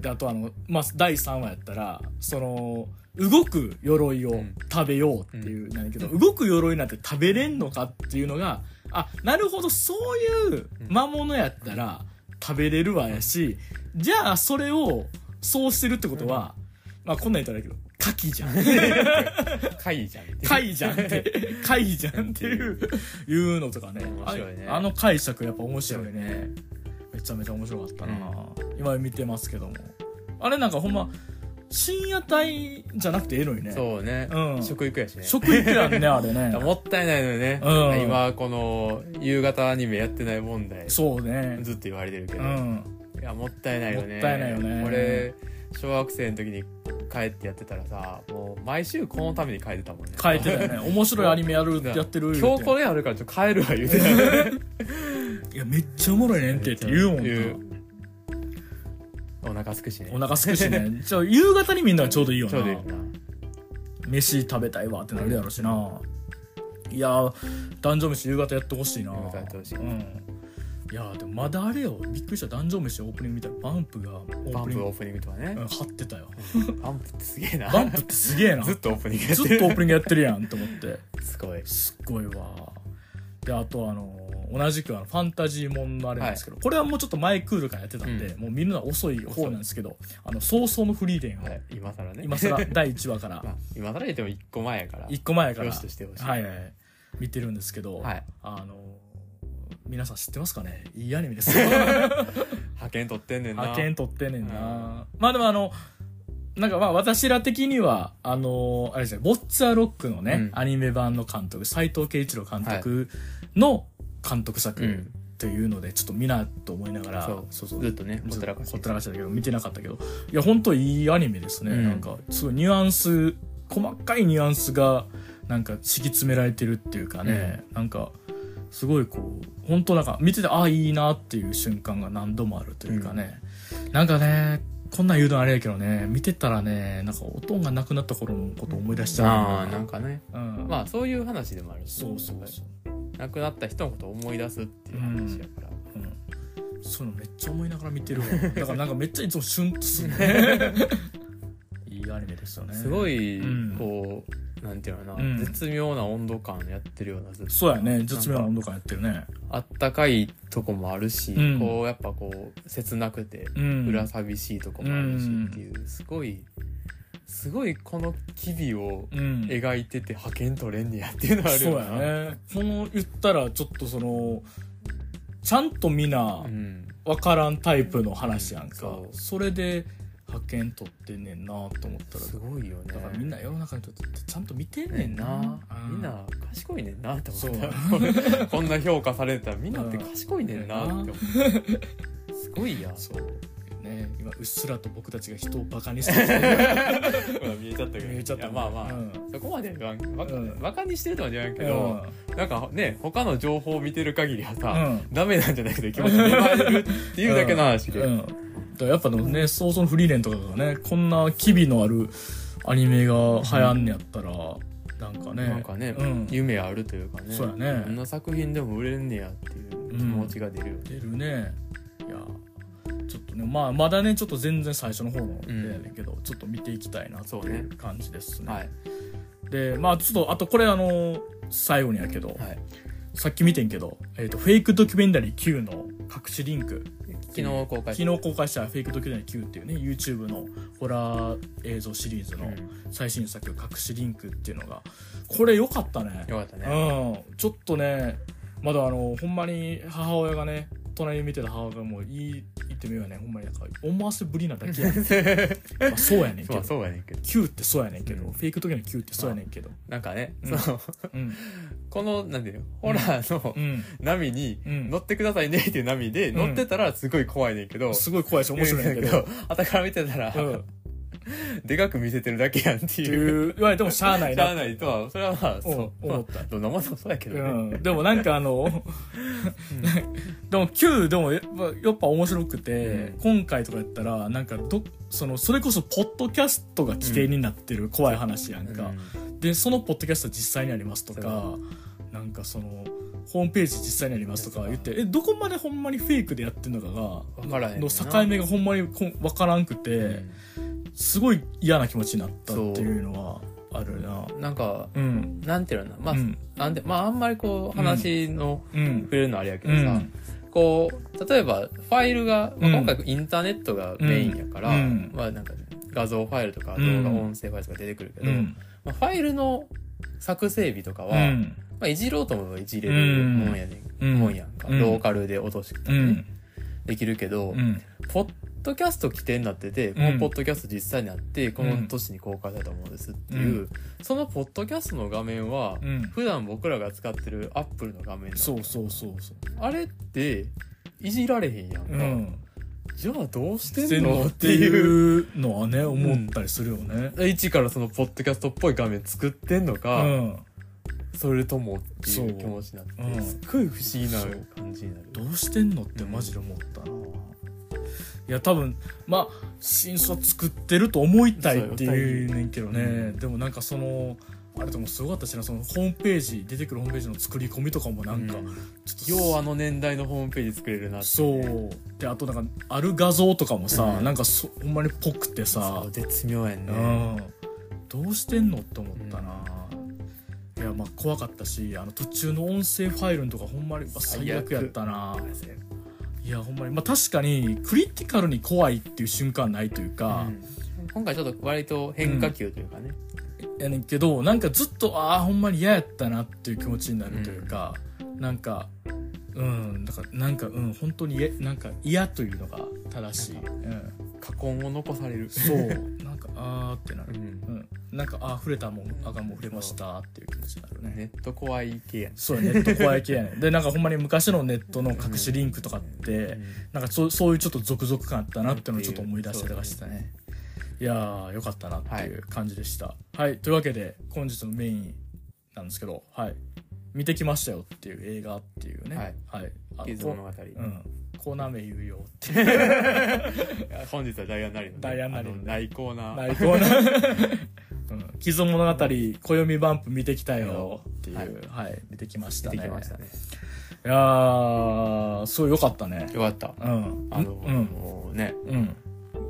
S1: であとあの、まあ、第3話やったらその動く鎧を食べようっていう、なんやけど、動く鎧なんて食べれんのかっていうのがあなるほどそういう魔物やったら食べれるわやし、じゃあそれをそうしてるってことは、まあこんなん言ったらあれやけど牡蠣じゃん
S2: 怪異じゃんっていう
S1: 貝じゃんって 貝じゃんっていういうのとかね
S2: 面白いね
S1: ああの解釈やっぱ面白いねめちゃめちゃ面白かったな、今見てますけどもあれなんかほんま深夜帯じゃなくてええのにね
S2: そうね、
S1: うん
S2: 食育やしね
S1: 食育やんねあれね
S2: もったいないのよね、
S1: うん
S2: 今この夕方アニメやってない問題ずっ
S1: そうね
S2: と言われてるけ
S1: う
S2: ど、
S1: ん
S2: いやもったいないよね
S1: もったいないよね
S2: 俺小学生の時に帰ってやってたらさもう毎週このために帰ってたもんね
S1: 変えてたよね面白いアニメやる
S2: な
S1: やってる言
S2: 今
S1: う
S2: 日
S1: て
S2: これあるからちょっと帰るわ言うてた
S1: いやめっちゃおもろいねんってって 言うもん
S2: 言
S1: な
S2: うお腹すくしね
S1: お腹すくしねちょ夕方にみんなちょうどいいよ
S2: ち
S1: な
S2: ょうどいいよな
S1: 飯食べたいわってなるやろしな、いやー男女飯夕方やってほしいな
S2: 夕方やってほしい
S1: うん、いやーでもまだあれよびっくりした男女飯オープニング見たらバンプがオ
S2: バ
S1: ー
S2: ン
S1: プニン
S2: プ
S1: グ
S2: オープニングとかね
S1: うん、張ってたよ
S2: バンプってすげえな
S1: バンプってすげえな
S2: ず
S1: ず
S2: っ
S1: っ
S2: とオープニングや
S1: と
S2: っ
S1: オ
S2: て
S1: ー
S2: る
S1: プニングやってるやんと思って
S2: すごい
S1: すっごいわであとあのー同じくあのファンタジーもんのあれなんですけど、これはもうちょっと前クールからやってたんで、
S2: う
S1: もう見るのは遅い方なんですけど「あの早々のフリーレン」を
S2: はい今更ね
S1: 今更第1話から
S2: まあ今更言っても1個前やから
S1: 1個前やから
S2: よしとしてほしい
S1: はいはいはい、見てるんですけど、
S2: はい
S1: あの皆さん知ってますかねいいアニメ です
S2: 派遣取ってんねんな
S1: 派遣取ってんねんな、まあでもあのなんかまあ私ら的にはあのあれですね「ボッツァロック」のね、
S2: うん
S1: アニメ版の監督斎藤圭一郎監督の監督作
S2: うん
S1: というので、ちょっと見なと思いながら
S2: そうずっとねほったらかし
S1: ほったらかしだけど見てなかったけどいや本当いいアニメですね、
S2: うん
S1: なんかすごいニュアンス細かいニュアンスがなんか敷き詰められてるっていうかね、なんかすごいこう本当なんか見ててああいいなっていう瞬間が何度もあるというかね、なんかねこんなん言うのあれやけどね見てたらねなんか音がなくなった頃のことを思い出しち
S2: あ
S1: ゃ
S2: あなんかね
S1: う、うん
S2: まあそういう話でもあるし
S1: そうそうそう、
S2: 亡くなった人のことを思い出すっていう話やから、
S1: うん、そういうのめっちゃ思いながら見てるわだからなんかめっちゃいつもシュンとするね いいアニメですよね
S2: すごい
S1: うん
S2: こう、なんていうのかな、
S1: うん
S2: 絶妙な温度感やってるようなずっと
S1: そうやね絶妙な温度感やってるね
S2: あったかいとこもあるし、
S1: うん
S2: こうやっぱこう切なくて
S1: うん
S2: 裏寂しいとこもあるしっていう、すごいすごいこの機微を
S1: うん
S2: 描いてて派遣取れんねやっていうのはある
S1: そう
S2: よ
S1: や
S2: な
S1: ねこの言ったらちょっとそのちゃんとみな
S2: うん
S1: 分からんタイプの話やんか、
S2: うんそう
S1: それで派遣取ってんねんなと思ったら
S2: すごいよね
S1: だからみんな世の中の人ってちゃんと見てんね
S2: ね
S1: ん
S2: ん
S1: な、
S2: な、
S1: うん
S2: みんな賢いねんなって思った
S1: そ
S2: こんな評価されたらみんなって賢いねんなって思ったすごいやん
S1: そうね今うっすらと僕たちが人をバカにしてる
S2: ほら見えちゃったけど
S1: 見えちゃった
S2: いやまあまあ、
S1: うん
S2: そこまでは言わんバカ,、
S1: うん
S2: バカにしてるとは言わんけ
S1: け
S2: ど
S1: ど、、
S2: なんかね他の情報を見てる限りは
S1: う
S2: さ、
S1: ん、
S2: ダメなんじゃないかという気持ちに芽生えるっていうだけの話で、
S1: うん、だからやっぱでもね早々のフリーレンとかがねこんな機微のあるアニメが流行んねやったら、なんかね
S2: なんかね、
S1: うん、
S2: 夢あるというかね
S1: そうや
S2: こん
S1: ね
S2: な作品でも売れんねやっていう気持ちが出るよね、
S1: 出るねいやちょっとねまあまだねちょっと全然最初の方の
S2: うん
S1: やねんけど、ちょっと見ていきたいなって
S2: そう
S1: い
S2: ね
S1: う感じですね
S2: はい
S1: でまあちょっとあとこれあの最後にやけど、
S2: はい
S1: さっき見てんけど、えー、とフェイクドキュメンタリー Q の隠しリンクって
S2: 昨
S1: いう
S2: 日公開
S1: 昨日公開した「フェイクドキュメンタリー Q」っていうね YouTube のホラー映像シリーズ
S2: う
S1: の
S2: ん
S1: 最新作「隠しリンク」っていうのがこれ良かったね
S2: よかったね
S1: うんちょっとねまだあのほんまに母親がね隣に見てた母親がもういい言ってみようねほんまになんか思わせぶりなだけや、ね まあ、そうやねんけ
S2: そう
S1: ど
S2: はそうやねんけど
S1: Q ってそうやねんけど、
S2: うん
S1: フェイクドキュメンタリー Q ってそうやねんけど
S2: なんかね、
S1: うん
S2: その
S1: うん
S2: このなんていうのホラーの
S1: うん
S2: 波に
S1: うん
S2: 乗ってくださいねっていう波で
S1: ん
S2: 乗ってたらすごい怖いねんけど、
S1: すごい怖いし面白いねんけど。
S2: はたから見てたら、
S1: うん、っ
S2: でかく見せてるだけやんって
S1: て
S2: いう
S1: いう言われてもしゃあない
S2: しゃ
S1: な
S2: あないとはそれはまあそう
S1: うん
S2: まあ
S1: 思った
S2: どんなもんでもそうやけどね、
S1: うん、でもなんかあのでも Q でもやっぱやっぱ面白くて、
S2: うん
S1: 今回とかやったらなんかどそのそれこそポッドキャストが規定になってる怖い話やんか、でそのポッドキャスト実際にありますとかなんかそのホームページ実際にありますとか言ってえどこまでほんまにフェイクでやってんのか
S2: 分
S1: が
S2: からへんね
S1: の
S2: んな
S1: 境目がほんまにこん分からんくて、
S2: うん
S1: すごい嫌な気持ちになったっていうのはあるな
S2: なんか
S1: うん
S2: なんていうのかなまあ、
S1: うん
S2: なんでまああんまりこう話の
S1: うん
S2: 触れるのあれやけどさ、
S1: うん
S2: こう例えばファイルが、まあ、
S1: うん
S2: 今回インターネットがメインやから、
S1: うん
S2: まあなんか画像ファイルとか
S1: う
S2: 動
S1: ん
S2: 画音声ファイルとか出てくるけど、
S1: うん
S2: まあ、ファイルの作成日とかは、
S1: うん
S2: まあ、いじろうと思えばいじれるもんやねん、
S1: うん
S2: もんやんか、
S1: うん
S2: ローカルで落としてきた
S1: う
S2: りね、
S1: ん
S2: できるけ
S1: う
S2: ど、
S1: ん
S2: ポッドキャスト規定になってて、
S1: ん
S2: このポッドキャスト実際にあってこの年に公開されたものですっていう、
S1: う
S2: そのポッドキャストの画面は、
S1: うん
S2: 普段僕らが使ってるアップルの画面なの
S1: そうそうそうそう
S2: あれっていじられへんやんか、
S1: うん
S2: じゃあどうして
S1: 全
S2: んの
S1: 能
S2: っ
S1: ってて
S2: い
S1: い
S2: う
S1: うのはね思ったりするよね
S2: 一からそのポッドキャストっぽい画面作ってんの
S1: う
S2: か、
S1: ん
S2: それともってい
S1: そうう
S2: 気持ちになって、
S1: うん
S2: すっごい不思議な
S1: そう
S2: 感じになる
S1: どうしてんのってマジで思ったないや多分まあ真相作ってると思いたいっていうねんけどねでもなんかそのあれともすごかったしなそのホームページ出てくるホームページの作り込みとかもなんか
S2: う
S1: ちょっと
S2: ようあの年代のホームページ作れるなって
S1: そうであとなんかある画像とかもさ、
S2: うん
S1: なんかそほんまにぽくてさ
S2: そう絶妙やん
S1: う
S2: ね
S1: ん、どうしてんのって思ったな、いやまあ怖かったしあの途中の音声ファイルのとかほんまにうわ最悪やったな
S2: 最悪
S1: いやほんまにまあ確かにクリティカルに怖いっていう瞬間ないというか、
S2: うん今回ちょっと割と変化球というかね、
S1: やねんけどなんかずっとああほんまに嫌やったなっていう気持ちになるというか、なんかうんだからなんかうん本当に嫌なんか嫌というのが正しい、うん、
S2: 過根を残される
S1: そうなんかあーってな
S2: う
S1: る、
S2: ん
S1: うん、なんかあー触れたもんあがもう触れましたっていう気持ちになるね
S2: ネット怖い系やん
S1: そうやネット怖い系やねんでなんかほんまに昔のネットの隠しリンクとかって、なんかそうそういうちょっと続々感あったなっていうのをちょっと思い出したりとかしてたねいやーよかったなっていう感じでしたはい、というわけで本日のメインなんですけどはい見てきましたよっていう映画っていうね
S2: はい、
S1: あ
S2: ゆず
S1: こ
S2: 物語、
S1: うんコーナー名言うよっていう
S2: 本日はダイアンなりのね
S1: ダイアンなりの
S2: あ
S1: ね
S2: の内向な
S1: 内向なうん 「既存物語暦バンプ見てきたよ」っていうはい、見てきました
S2: 出て
S1: ね
S2: きましたね
S1: いやーすごいよかったね
S2: よかった
S1: うん
S2: あの、
S1: うん
S2: もうね
S1: うん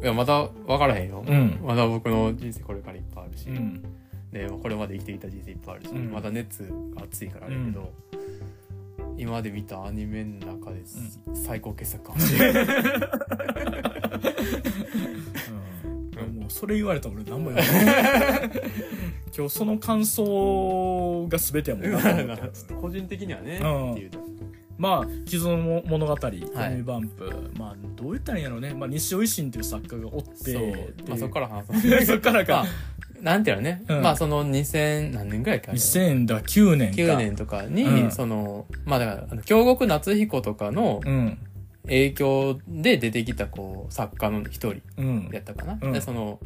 S2: いやまだ分からへんよ、
S1: うん
S2: まだ僕の人生これからいっぱいあるし、
S1: うん
S2: でこれまで生きてきた人生いっぱいあるし、
S1: うん
S2: まだ熱が熱いからあれやけど、今まで見たアニメの中です、最高傑作かもしれない
S1: うん、もうそれ言われたら俺何も言わない 今日その感想が全てやもんな
S2: なんかちょっと個人的にはね、
S1: うん
S2: っていうと
S1: まあ既存の物語「コミバンプ」まあどう言ったらいいんやろうね、まあ、西尾維新っていう作家がおって
S2: そう、まあ、そこから話そ う
S1: らそっから
S2: まあ
S1: か、
S2: なんていうのね、
S1: うん
S2: まあその2000何年ぐらいか
S1: 2009年か
S2: 9年とかに、
S1: うん
S2: そのまあだからあの京極夏彦とかの
S1: うん
S2: 影響で出てきたこう作家の一人
S1: うん
S2: やったかな、
S1: うん
S2: でその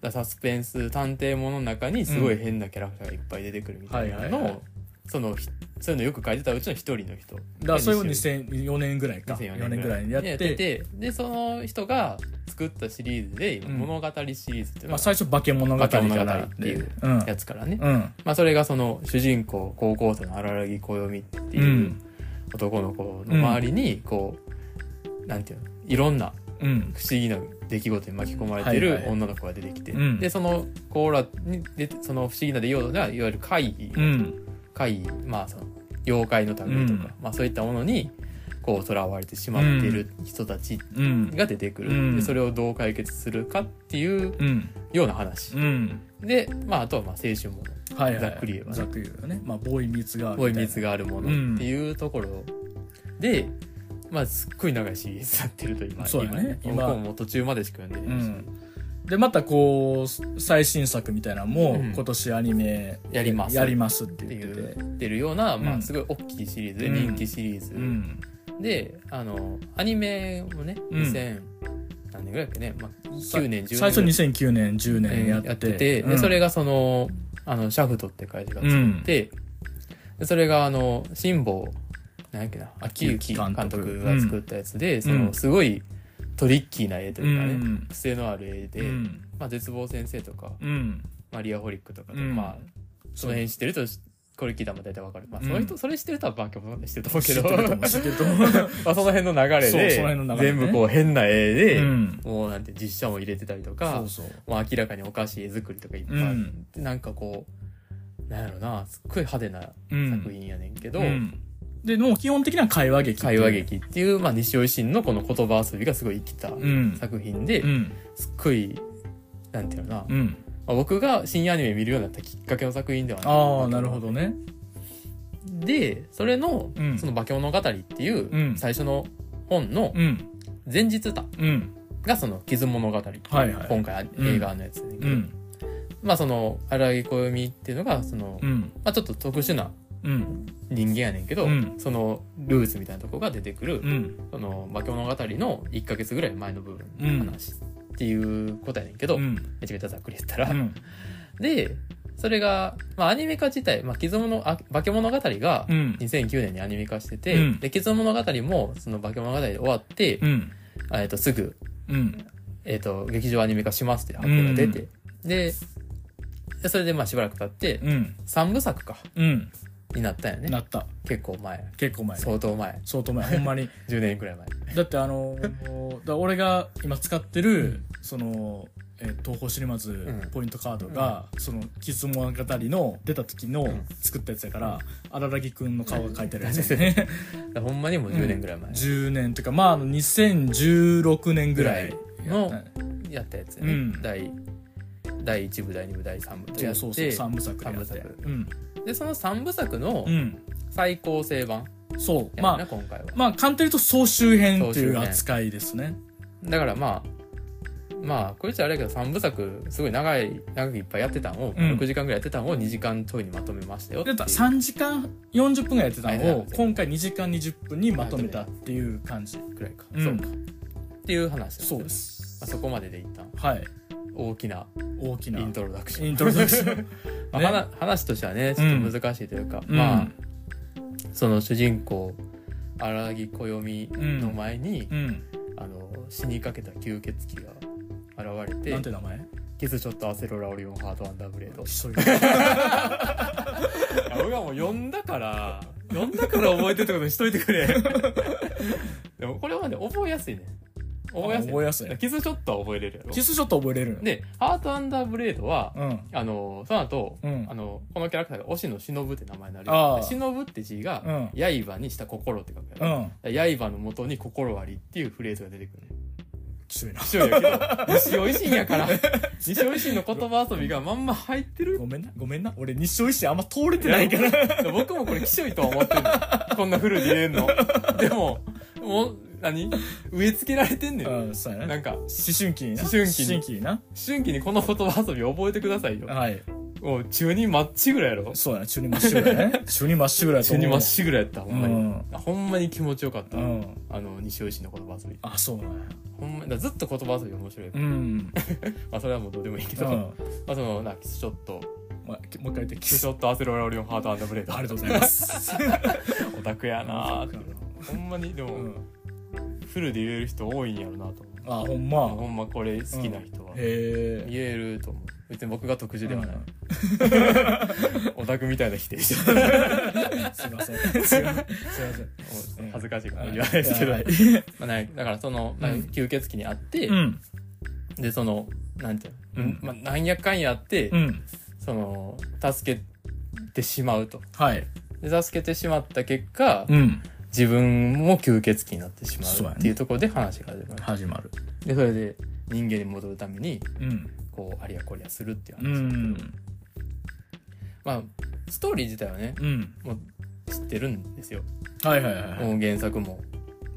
S2: だサスペンス探偵ものの中にすごい変なキャラクターがいっぱい出てくるみたいなのを、
S1: はいはいはい
S2: そのひそういうのよく書いてたうちの一人の人
S1: だからそれを2004年ぐらいか4年ぐらいにやっ
S2: やってててでその人が作ったシリーズで今
S1: うん
S2: 物語シリーズってい
S1: ま
S2: うの
S1: あ、
S2: が
S1: 最初「化け物語」から
S2: 化け物語っていう
S1: うん
S2: やつからね、
S1: うん
S2: まあ、それがその主人公高校生の荒木暦って
S1: う
S2: いうん男の子の周りにこう、なんていうのいろんな
S1: うん
S2: 不思議な出来事に巻き込まれてる
S1: はいはい
S2: 女の子が出てきて、
S1: うん
S2: でその子らにでその不思議な出来事がいわゆる怪異、
S1: うん
S2: 怪異まあその妖怪の類とか、
S1: うん
S2: まあ、そういったものにこう囚われてしまっている人たち
S1: うん
S2: が出てくる、
S1: うん
S2: でそれをどう解決するかっていう
S1: うん
S2: ような話、
S1: うん
S2: で、まあ、あとはまあ青春もの
S1: はいはい
S2: ざっくり言えばね
S1: ざっくり言えばねまあボーイミツがある
S2: 濃い
S1: みたいな
S2: 蜜があるものっていうところで、まあすっごい長いシリーズになってると今
S1: そうだね
S2: 今
S1: 今
S2: 僕も途中までしか読んで
S1: う
S2: ないし、
S1: んでまたこう最新作みたいなのも
S2: うん
S1: 今年アニメ
S2: やります
S1: やりますっ
S2: ってて
S1: 言
S2: い
S1: って
S2: う
S1: て
S2: 言ってるような、ま
S1: うん
S2: あ、すごい大きいシリーズで、
S1: うん
S2: 人気シリーズ、
S1: うん
S2: であのアニメもね
S1: うん
S2: 2000、何年ぐらいだっけね、まあ、
S1: さ
S2: 9年10年
S1: 最初2009年10年やって,、
S2: やってて、でそれがそのあのシャフトって会社が作って、でそれがあの辛坊何やっけな
S1: 秋
S2: 秋
S1: 雪
S2: 雪
S1: 監
S2: 監
S1: 督
S2: 督が作ったやつで、そ
S1: うん
S2: のすごいトリッキーな絵と
S1: う
S2: いうかね、
S1: ん
S2: 癖のある絵で、
S1: うん
S2: まあ、絶望先生とか
S1: うん
S2: マリアホリックとかと、
S1: うん
S2: まあその辺知ってるとこれ聞いたらも大体わかる、まあ、
S1: うん
S2: その人それ知ってるとはバケモン知ってると思う
S1: 知
S2: け
S1: って
S2: ど
S1: ると思う知ってると思う
S2: まあその辺の流れ
S1: そう
S2: で
S1: その辺の流れ
S2: 全
S1: ね
S2: 部こう変な絵で、
S1: うん
S2: もうなんて実写も入れてたりとか
S1: そうそう
S2: まあ、明らかにおかしい絵作りとかいっぱいあって、なんかこうなんやろなすっごい派手な作品やねんけど、
S1: うんでもう基本的には会話劇ってい
S2: 会
S1: う
S2: 話劇っていう、まあ、西尾維新のこの言葉遊びがすごい生きた
S1: うん
S2: 作品で、
S1: うん
S2: すっごいなんていうのかな、ま
S1: うん
S2: あ、僕が深夜アニメ見るようになったきっかけの作品ではない
S1: ああなるほどね
S2: でそれの「
S1: うん
S2: その化け物語」ってい
S1: うん
S2: う最初の本の
S1: うん
S2: 前日歌
S1: うん
S2: がその「傷物語」っていう
S1: はいはい
S2: 今回
S1: ん
S2: 映画のやつやねんけ
S1: う
S2: ど、
S1: ん
S2: まあその荒木暦っていうのがその、
S1: うん
S2: まあ、ちょっと特殊な
S1: うん
S2: 人間やねんけど、
S1: うん
S2: そのルーツみたいなとこが出てくる、
S1: うん
S2: その化け物語の1ヶ月ぐらい前の部分の話っていうことやねんけど、
S1: うん
S2: めちゃめちゃざっくり言ったら、
S1: うん
S2: でそれが、まあ、アニメ化自体、まあ、既存のあ化け物語が
S1: うん
S2: 2009年にアニメ化してて、
S1: うん
S2: で既存物語もその化け物語で終わって、
S1: うん
S2: えっとすぐ、
S1: うん
S2: えっと劇場アニメ化しますって発表が出て、
S1: う
S2: ででそれでまあしばらく経って
S1: うん
S2: 3部作か
S1: うん
S2: になったよね
S1: なった
S2: 結構前
S1: 結構前
S2: 相当前
S1: 相当前ほんまに
S2: 10年くらい前
S1: だってあのーだから俺が今使ってるその、えー東宝シネマズ
S2: ん
S1: ポイントカードが、その「キズ物語」の出た時の
S2: ん
S1: 作ったやつやから、荒木くんの顔が書いてあるやつやね、
S2: だからほんまにもう10年ぐらい前、
S1: 10年というかまああの2016年ぐらいやっ
S2: の
S1: たね
S2: やったやつやね、
S1: うん
S2: 第第1部第2部第3部と
S1: そ
S2: や
S1: う
S2: って
S1: そうそう3部作でやって
S2: 三部作
S1: うん、
S2: でその3部作の
S1: うん、
S2: 最高性版
S1: そう
S2: やな、
S1: まあ
S2: 今回は、
S1: まあ簡単に言うと総集編と
S2: 総
S1: い
S2: 集
S1: う
S2: 編
S1: 扱いですね
S2: だからまあまあこれじゃあれやけど3部作すごい長い長くいっぱいやってたんを、
S1: うん
S2: 6時間ぐらいやってたんを2時間ちょいにまとめましたよって
S1: だっ
S2: いう
S1: たら3時間40分ぐらいやってたのを
S2: はい
S1: 今回2時間20分にまとめたっていう感じ
S2: くらいか、
S1: うん
S2: そうかっていう話なんですよ
S1: そうです
S2: まあ、そこまでで一旦
S1: はい
S2: 大きな
S1: 大き
S2: イ
S1: な
S2: ントロダクション
S1: イントロダクショ ン
S2: まあ
S1: ね
S2: 話話としてはねちょっと難しいというか、まあその主人公荒木暦の前に、
S1: うん、
S2: あの死にかけた吸血鬼が現れ
S1: なん
S2: て
S1: て名前
S2: 「キスショットアセロラオリオンハートアンダーブレード」
S1: それ
S2: 俺はもう呼んだから呼んだから覚えてるってことにしといて くれでもこれはね覚えやすいね覚えやすい
S1: 覚えやすい
S2: キスショットは覚えれるやろ
S1: キスショット覚えれる
S2: で「ハートアンダーブレードは」
S1: うん
S2: あのその後、
S1: うん
S2: あのこのキャラクターが押野忍って名前になる
S1: ああ
S2: 忍って字が
S1: う
S2: 「刃にした心」って書くや
S1: う
S2: ろ
S1: ん
S2: 刃の元に心ありっていうフレーズが出てくるね。
S1: 強いな
S2: 一緒や けど、西尾維新やから、西尾維新の言葉遊びがまんま入ってる。
S1: ごめんなごめんな俺日照石あんま通れてないから
S2: 僕もこれ、きしょいとは思ってんの。こんなフルで言えんの。でも、もう、何植え付けられてんねん。
S1: う
S2: なん
S1: そうやなん
S2: か、思
S1: 思春期にな
S2: 思春期に
S1: 思春期にな
S2: 春期にこの言葉遊び覚えてくださいよ。
S1: はい
S2: もう、中二マッチぐらいやろ。
S1: そうやな中二真っ白ぐらいね中二真っ白ぐらい
S2: 中二マッチぐらいやった、ほんま
S1: う
S2: に
S1: ん。
S2: ほんまに気持ちよかった
S1: う。ん
S2: あの、西尾維新の言葉遊び。
S1: あそうなんや
S2: ほんまに、だからずっと言葉遊び面白い。
S1: うんうん
S2: まあ、それはもうどうでもいいけど、ま
S1: ま
S2: あ、その、な、キスショット、
S1: あきもう一回言ってキ
S2: キス
S1: ス
S2: ショット、アセロラオリオン、ハートアンダーブレード
S1: あ。りがとうございます
S2: オタクやなーって
S1: オタクや
S2: ほんまにでも、
S1: うん
S2: フルで言える人多いんやろなと思
S1: あほん
S2: う
S1: ま
S2: ほんまこれ好きな人は言
S1: へえ
S2: えると思う別に僕が特殊ではない、
S1: うん
S2: オタクみたいな否定して
S1: すいませんすいませんすいません
S2: 恥ずかしいから言わないですけど、
S1: は
S2: ま
S1: い
S2: あね、だからその、まあ
S1: うん
S2: 吸血鬼にあって、
S1: うん
S2: でそのなんていうの、
S1: うん
S2: まあ、なんやかんやあって、
S1: うん
S2: その助けてしまうと
S1: はい
S2: で助けてしまった結果、
S1: うん
S2: 自分も吸血鬼になってしま
S1: そうや
S2: う
S1: ね
S2: っていうところで話が始まる、
S1: 始まる
S2: でそれで人間に戻るために
S1: うん
S2: こうありゃこりゃするっていう
S1: う
S2: 話、
S1: ん
S2: まあストーリー自体はね
S1: うん
S2: もう知ってるんですよ、
S1: はいはいはいはい
S2: もう原作も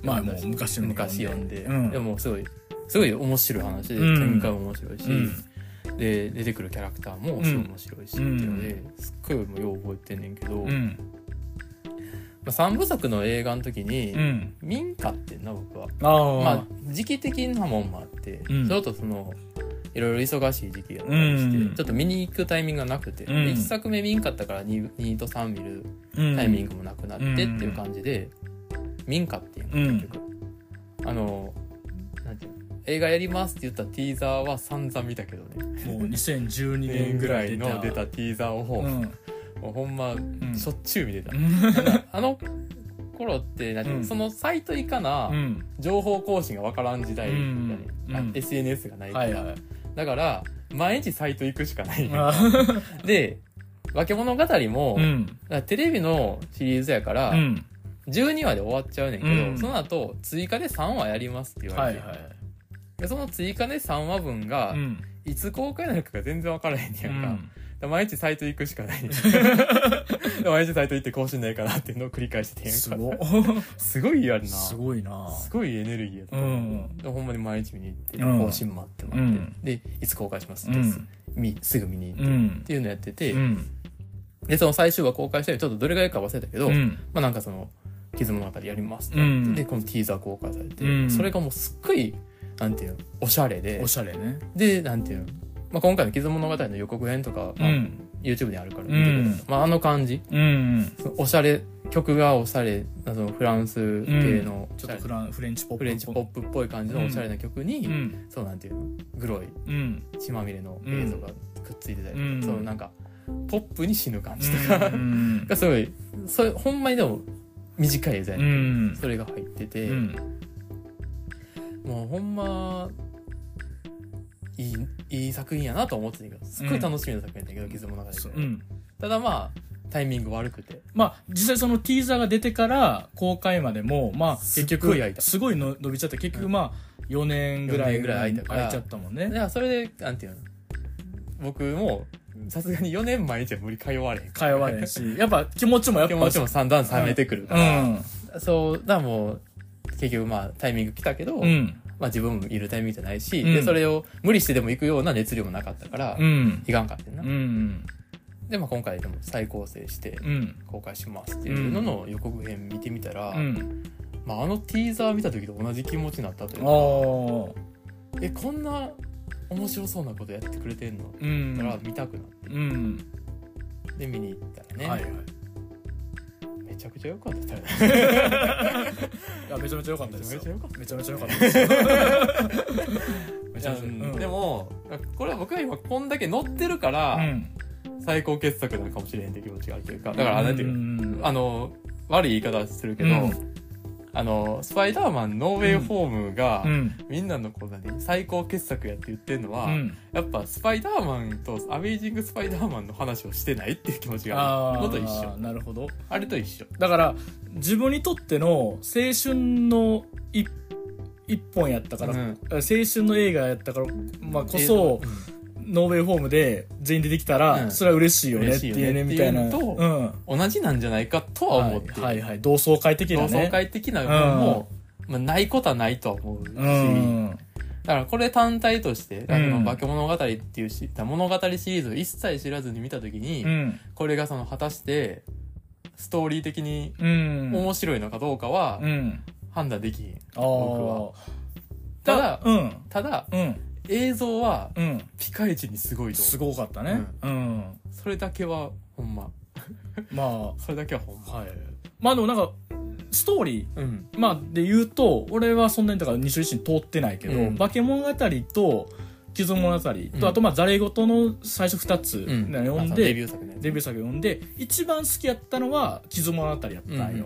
S1: まあもう昔の
S2: 昔読んで、
S1: うん
S2: でもすごいすごい面白い話で
S1: うん
S2: 展開も面白いし、
S1: う
S2: で出てくるキャラクターもすごい面白いしっていうので、すっごいもうよう覚えてんねんけど、
S1: んう
S2: ま
S1: ん
S2: あ、3部作の映画の時に、
S1: うん
S2: 民家ってんな僕は、
S1: ああ
S2: まあ、時期的なもんもあって、
S1: うん
S2: ちょっとそのいろいろ忙しい時期があったりして、
S1: うん
S2: ちょっと見に行くタイミングがなくて、
S1: うん
S2: 1作目民家だったから 2, 2と3見るタイミングもなくなってっていう感じで、民家っていうの
S1: うん
S2: 結局、あのなんていうの映画やりますって言ったティーザーは散々見たけどね
S1: もう2012
S2: 2
S1: 年
S2: 年
S1: ぐ
S2: ぐ
S1: ら
S2: ら
S1: い
S2: いの出たティーザーを、
S1: うん
S2: もうほんま
S1: うん
S2: しょっちゅう見てた、
S1: う
S2: あの頃ってなんていうの
S1: うん
S2: そのサイト行かな、
S1: ん
S2: 情報更新が分からん時代やね、
S1: うん
S2: あ
S1: うん
S2: SNS がないから、
S1: はいはい
S2: だから毎日サイト行くしかない
S1: あー
S2: で「化け物語も」
S1: うん
S2: だからテレビのシリーズやから、
S1: うん
S2: 12話で終わっちゃうねんけど、
S1: うん
S2: その後追加で3話やりますって言わ
S1: は
S2: れ
S1: い
S2: て、
S1: はい
S2: でその追加で3話分が
S1: うん
S2: いつ公開なのかが全然分からへんねやんか,、だから毎日サイト行くしか ないねんだから毎日サイト行って更新ないかなっていうのを繰り返してて
S1: うん
S2: やんか
S1: す ご
S2: すごいやるな
S1: すごいな
S2: すごいエネルギーやった、
S1: うん
S2: でほんまに毎日見に行っ
S1: うん
S2: て更新待って待って、
S1: うん
S2: でいつ公開します
S1: う
S2: って、
S1: ん
S2: みすぐ見に行って、
S1: う
S2: っ
S1: ん
S2: ていうのやってて、
S1: うん
S2: でその最終話公開したりちょっとどれぐらいか忘れたけど、
S1: うん
S2: まあなんかその「傷の中でやります」って
S1: う
S2: なって
S1: ん
S2: でこのティーザー公開されて、
S1: うん
S2: それがもうすっごいなんていうのおしゃれで
S1: おしゃれね
S2: でなんていうの、まあ、今回の「傷物語」の予告編とか、
S1: う
S2: まあ
S1: ん
S2: YouTube にあるから見てください、まあ、あの感じ
S1: うん
S2: そのおしゃれ曲がおしゃれあのフランス系の、
S1: ちょっとフランフレンチポップ
S2: フレンチポップっぽい感じのおしゃれな曲に、
S1: うん
S2: そうなんていうのグロい
S1: うん
S2: 血まみれの映像がくっついてたりとか、
S1: うん
S2: そのなんかポップに死ぬ感じ とか、
S1: うん
S2: がすごいそれほんまにでも短い映像や
S1: う
S2: ね、
S1: ん
S2: それが入ってて、
S1: うん
S2: もうほんまいいいい作品やなと思ってたけどすっごい楽しみな作品だけど、傷物語で、
S1: そううん
S2: ただまあタイミング悪くて
S1: まあ、実際そのティーザーが出てから公開までも、まあ、
S2: す
S1: 結
S2: っ
S1: 局
S2: ごい空いた
S1: すごいの伸びちゃって結局まあ4年ぐらい
S2: 四年ぐらい空いたから
S1: 空いちゃったもん
S2: だか
S1: ね
S2: らそれでなんていうの僕もさすがに4年毎日は無理通われへん
S1: 通われんしやっぱ気持ちもやっ
S2: 気
S1: ぱ
S2: 持ちも散々冷めてくるか
S1: う
S2: ら、
S1: ん
S2: そうだからもう結局まあタイミング来たけど、
S1: うん
S2: まあ、自分もいるタイミングじゃないし、
S1: うん
S2: でそれを無理してでも行くような熱量もなかったから、
S1: うん
S2: いかんかってんな、
S1: うん
S2: で、まあ、今回でも再構成して
S1: うん
S2: 公開しますっていうのの予告編見てみたら、
S1: うん
S2: まあ、あのティーザー見た時と同じ気持ちになったという
S1: あ
S2: か
S1: あ
S2: えこんな面白そうなことやってくれてんの
S1: う
S2: だから
S1: ん
S2: 見たくなって
S1: うん
S2: で見に行ったらね、
S1: はいはい
S2: めちゃくちゃ良かったよね
S1: いやめちゃめちゃ良かった
S2: め
S1: で
S2: ち
S1: す
S2: ゃく
S1: よ
S2: ちゃ良かっ
S1: めちゃめちゃ良かったですよ めち
S2: た
S1: ゃめちゃうん
S2: でもこれは僕は今こんだけ乗ってるか
S1: う
S2: ら
S1: ん
S2: 最高傑作なのかもしれへんって気持ちがあるというかだからなんていうか
S1: ん
S2: あの悪い言い方するけど、
S1: うん
S2: あのスパイダーマンノーウェイホームが、
S1: うん
S2: みんなのこんなに最高傑作やって言ってるのは、
S1: うん
S2: やっぱスパイダーマンとアメイジングスパイダーマンの話をしてないっていう気持ちがあ
S1: あ
S2: るのと一緒
S1: あなるほど
S2: あれと一緒
S1: だから自分にとっての青春の一一本やったから、
S2: うん
S1: 青春の映画やったから、まあ、こそ、ノーウェイホームで全員出てきたら、
S2: うん
S1: それは嬉しいよねっていうね
S2: 嬉
S1: み
S2: したい
S1: い
S2: よ
S1: な
S2: ねっていうのと
S1: うん
S2: 同じなんじゃないかとは思って、
S1: はいはいはい同窓会的
S2: 同
S1: なね
S2: 窓会的なもんも、まあ、ないことはないとは思う
S1: う
S2: し、
S1: ん
S2: だからこれ単体として「あ
S1: う
S2: の
S1: ん
S2: 化け物語」っていうし物語シリーズを一切知らずに見た時に、
S1: うん
S2: これがその果たしてストーリー的に
S1: うん
S2: 面白いのかどうかは
S1: うん
S2: 判断できひん、
S1: あ
S2: 僕
S1: ー
S2: はただ
S1: うん
S2: ただ
S1: うん
S2: 映像は
S1: うん
S2: ピカイチにすごいと思う
S1: すごかったねうん、
S2: それだけはほんま
S1: ま
S2: それだけはほんま
S1: あはいまあでもなんかストーリー
S2: うん
S1: まあで言うと俺はそんなにだから西尾維新通ってないけど、
S2: うん
S1: 化け物語と既存物語と、
S2: うん
S1: あとまあざれ言の最初2つ読ん
S2: あ
S1: で、
S2: そのデビュー作ね
S1: デビュー作読んで一番好きやったのは既存物語やったんよ、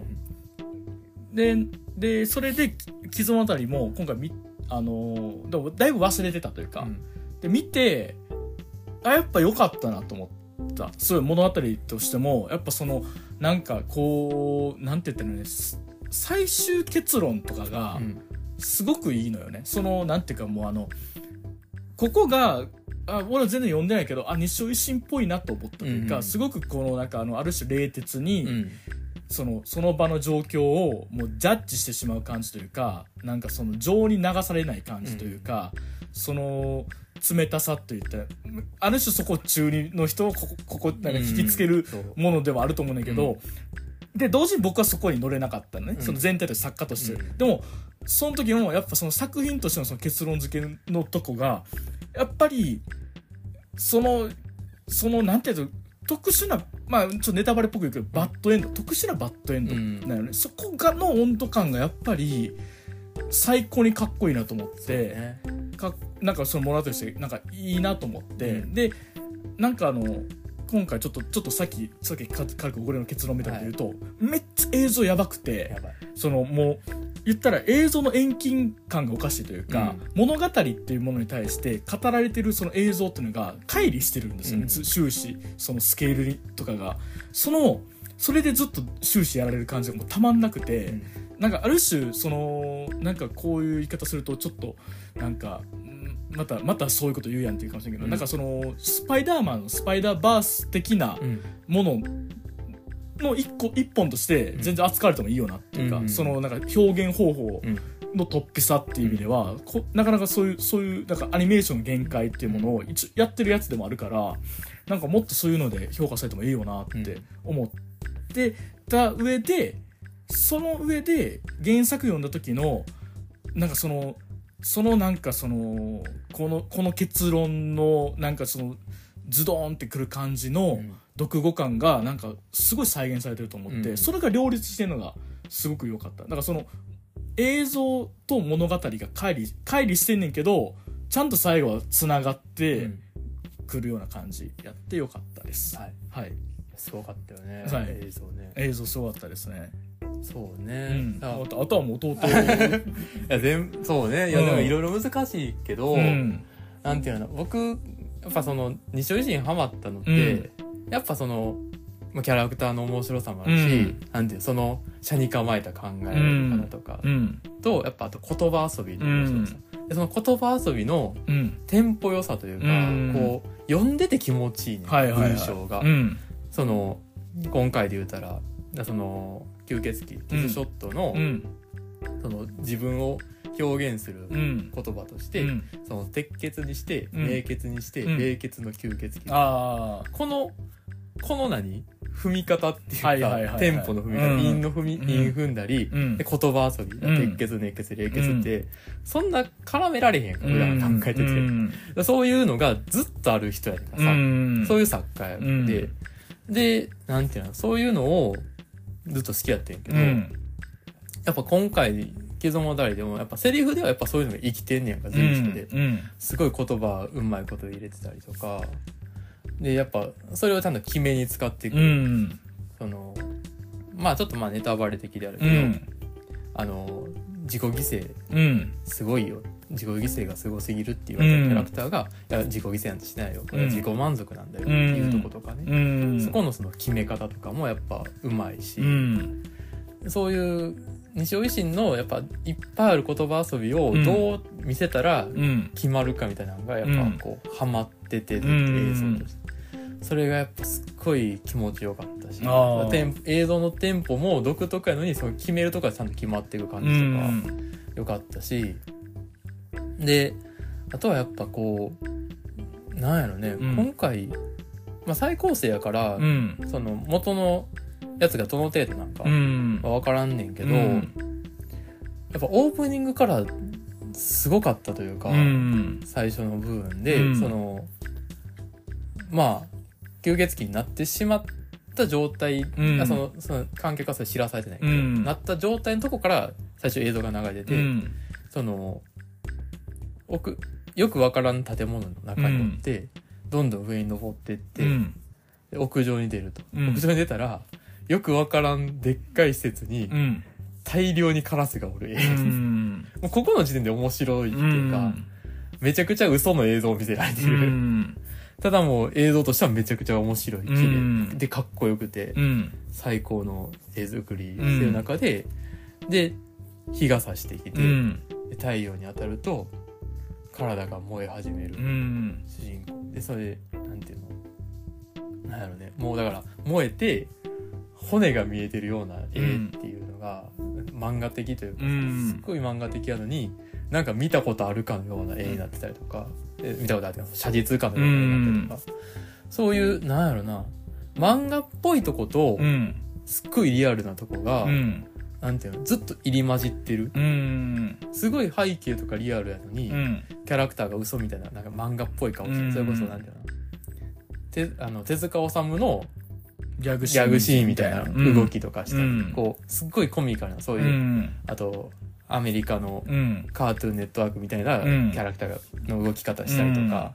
S1: ででそれで既存物語も今回みあのーでもだいぶ忘れてたというか、で見てあやっぱ良かったなと思ったすごい物語としてもやっぱそのなんかこうなんて言ったらいいのねす最終結論とかが
S2: うん
S1: すごくいいのよね、そのなんていうかもうあのここがあ俺は全然読んでないけどあ西尾維新っぽいなと思ったというか、
S2: うん
S1: すごくこのなんかあのある種冷徹に、
S2: うん
S1: そのその場の状況をもうジャッジしてしまう感じというかなんかその情に流されない感じというか、その冷たさといったある種そこ中二の人をここここなんか引きつける
S2: そう
S1: ものではあると思うんだけど、で同時に僕はそこに乗れなかったのね、
S2: うん
S1: その全体として作家として、
S2: うん
S1: でもその時のやっぱその作品としてのその結論付けのとこがやっぱりそのそのなんていうの特殊なまあちょっとネタバレっぽく言うけどバッドエンド特殊なバッドエンド
S2: うん
S1: なのね、そこがの温度感がやっぱり最高にかっこいいなと思って。
S2: ね
S1: かなんかそのもらうとしてなんかいいなと思って、
S2: うん
S1: でなんかあの今回ちょっとちょっとさっきさっきか軽く俺の結論みたいなこと言うと、めっちゃ映像やばくて
S2: やばい
S1: そのもう言ったら映像の遠近感がおかしいというか、物語っていうものに対して語られてるその映像っていうのが乖離してるんですよね、
S2: うん
S1: ず終始そのスケールにとかがそのそれでずっと終始やられる感じがもうたまんなくて。
S2: うん
S1: なんかある種そのなんかこういう言い方するとちょっとなんかんまたまたそういうこと言うやんっていうかもしれないけど、
S2: うん
S1: なんかそのスパイダーマンのスパイダーバース的な
S2: うん
S1: ものの一個一本として全然扱われてもいいよなっていうか、
S2: うん
S1: そのなんか表現方法
S2: うん
S1: の突飛さっていう意味では、こなかなかそういうそういうなんかアニメーションの限界っていうものを一応やってるやつでもあるからなんかもっとそういうので評価されてもいいよなって思ってた上でその上で原作読んだ時のなんかそのそのなんかそのこのこの結論のなんかそのズドーンってくる感じの、
S2: うん
S1: 読語感がなんかすごい再現されてると思って、
S2: うん
S1: それが両立してるのがすごく良かっただからその映像と物語が乖離乖離してんねんけどちゃんと最後はつながっ
S2: う
S1: て
S2: ん
S1: くるような感じやって良かったです、
S2: はい
S1: はい
S2: すごかったよね、
S1: はい
S2: 映像ね
S1: 映像すごかったですね、
S2: そう
S1: う
S2: ね
S1: ん、、
S2: だから
S1: あとあとはもう 弟、
S2: いや全そうねいや
S1: うん
S2: でもいろいろ難しいけど、
S1: うん
S2: なんていうのかな僕やっぱその西尾維新ハマったのって、
S1: うん
S2: やっぱそのまあキャラクターの面白さもあるし、
S1: うん
S2: なんていうその社に構えた考え方とか、
S1: うん
S2: とやっぱあと言葉遊びの面白さ、でその言葉遊びの
S1: うん
S2: テンポ良さというか、
S1: うん
S2: こう読んでて気持ちいいね、
S1: はいはいはい
S2: 文章が、
S1: うん
S2: その今回で言うたらその吸血鬼ティズショットの,、
S1: うん
S2: その自分を表現する
S1: う
S2: 言
S1: ん
S2: 葉として、
S1: うん
S2: その鉄血にして
S1: うん
S2: 冷血にして、
S1: うん
S2: 冷血の吸血鬼、
S1: あ
S2: このこの何踏み方っていうか、
S1: はいはいはいはい
S2: テンポの踏み方、
S1: うん
S2: 韻の踏み
S1: うん
S2: 韻踏んだり
S1: ー、うん
S2: で言葉遊び、
S1: うん
S2: 鉄血熱血冷血って、そんな絡められへんやんか普段考えてて、
S1: うん
S2: そういうのがずっとある人やねんからさ、
S1: うん
S2: そういう作家やって、
S1: うん
S2: でなんていうのそういうのをずっと好きやってんけど、
S1: うん
S2: やっぱ今回「既存物語」でもやっぱセリフではやっぱそういうのが生きてんねやんか随所で、
S1: うん
S2: すごい言葉うまいこと入れてたりとかでやっぱそれをちゃんと決めに使っていく、
S1: うん
S2: そのまあちょっとまあネタバレ的であるけ
S1: う
S2: ど、
S1: ん
S2: あの自己犠牲
S1: うん
S2: すごいよ自己犠牲がすごすぎるって言われたキャラクターが、いや自己犠牲なんてしないよこれは自己満足なんだよっていうとことかね、
S1: うん
S2: そこのその決め方とかもやっぱうまいし、
S1: うん
S2: そういう西尾維新のやっぱいっぱいある言葉遊びをどう見せたら
S1: うん
S2: 決まるかみたいなのがやっぱこうハマっててずっと映像として。それがやっぱすっごい気持ちよかったし
S1: あー
S2: テン映像のテンポも独特やのにその決めるとかちゃんと決まっていく感
S1: う
S2: じとか、
S1: ん
S2: よかったしであとはやっぱこうなんやろね、
S1: うん
S2: 今回、まあ、再構成やから、
S1: うん
S2: その元のやつがどの程度なんか
S1: うん
S2: は分からんねんけど、
S1: うん
S2: やっぱオープニングからすごかったというか、
S1: うん
S2: 最初の部分で、
S1: うん
S2: そのまあ吸血鬼になってしまった状態、
S1: うん
S2: あそのその観客はそれ知らされてないけど、
S1: うん
S2: なった状態のとこから最初映像が流れてて。
S1: うん
S2: その奥よくわからん建物の中におって、どんどん上に登ってって、
S1: うん
S2: で屋上に出ると、
S1: うん
S2: 屋上に出たらよくわからんでっかい施設に
S1: うん
S2: 大量にカラスがおる、
S1: うん
S2: もうここの時点で面白いって
S1: う
S2: いうか、
S1: ん
S2: めちゃくちゃ嘘の映像を見せられて
S1: う
S2: る、
S1: ん
S2: ただもう映像としてはめちゃくちゃ面白い綺麗、
S1: うん
S2: でかっこよくて
S1: うん
S2: 最高の絵作り
S1: うん
S2: してる中で、で日が差してきて、
S1: うん
S2: で太陽に当たると体が燃え始める
S1: うん
S2: 主人公でそれでなんていうのなんやろねもうだから燃えて骨が見えてるような絵っていうのが、漫画的というか、
S1: うん
S2: すっごい漫画的やのになんか見たことあるかのような絵になってたりとか、え見たことあるか写実感のような絵になってたりとか、そういうなんやろな漫画っぽいとこと、
S1: うん
S2: すっごいリアルなとこが、
S1: うん
S2: なんていうのずっと入り混じってる
S1: うん
S2: すごい背景とかリアルやのに、
S1: うん
S2: キャラクターが嘘みたいななんか漫画っぽい顔してる、
S1: うん
S2: それこそなんていうの手あの手塚治虫の
S1: ギャグ
S2: ギ
S1: シーン
S2: ャグシーンみたいな
S1: うん
S2: 動きとかして、
S1: うん
S2: こうすっごいコミカルなそう
S1: う
S2: いう、
S1: ん
S2: あとアメリカの
S1: うん
S2: カートゥーンネットワークみたいなキ
S1: うん
S2: ャラクターの動き方したりとか、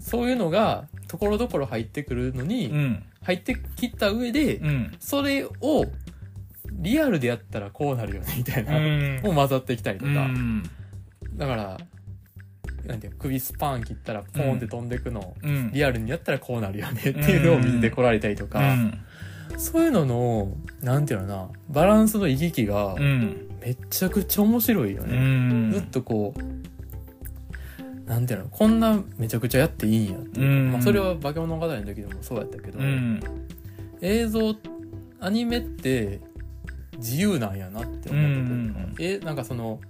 S2: そういうのがところどころ入ってくるのに、
S1: うん
S2: 入ってきった上で、
S1: うん
S2: それをリアルでやったらこうなるよねみたいな、
S1: うん
S2: もう混ざってきたりと
S1: う
S2: か、
S1: ん
S2: だからなんていうの首スパーン切ったらポーンって飛んでくの、
S1: うん
S2: リアルにやったらこうなるよねっていうのを見てこられたりとか、
S1: うん
S2: そういうののなんていうのかなバランスの行き来が
S1: うん
S2: めちゃくちゃ面白いよ
S1: う
S2: ね、
S1: ん
S2: ずっとこうなんていうのこんなめちゃくちゃやっていいんやっていうか、
S1: うん
S2: まあ、それは化け物語の時でもそうやったけど、
S1: うん
S2: 映像アニメって自由なんやなって思ったというか
S1: うん
S2: えなんかその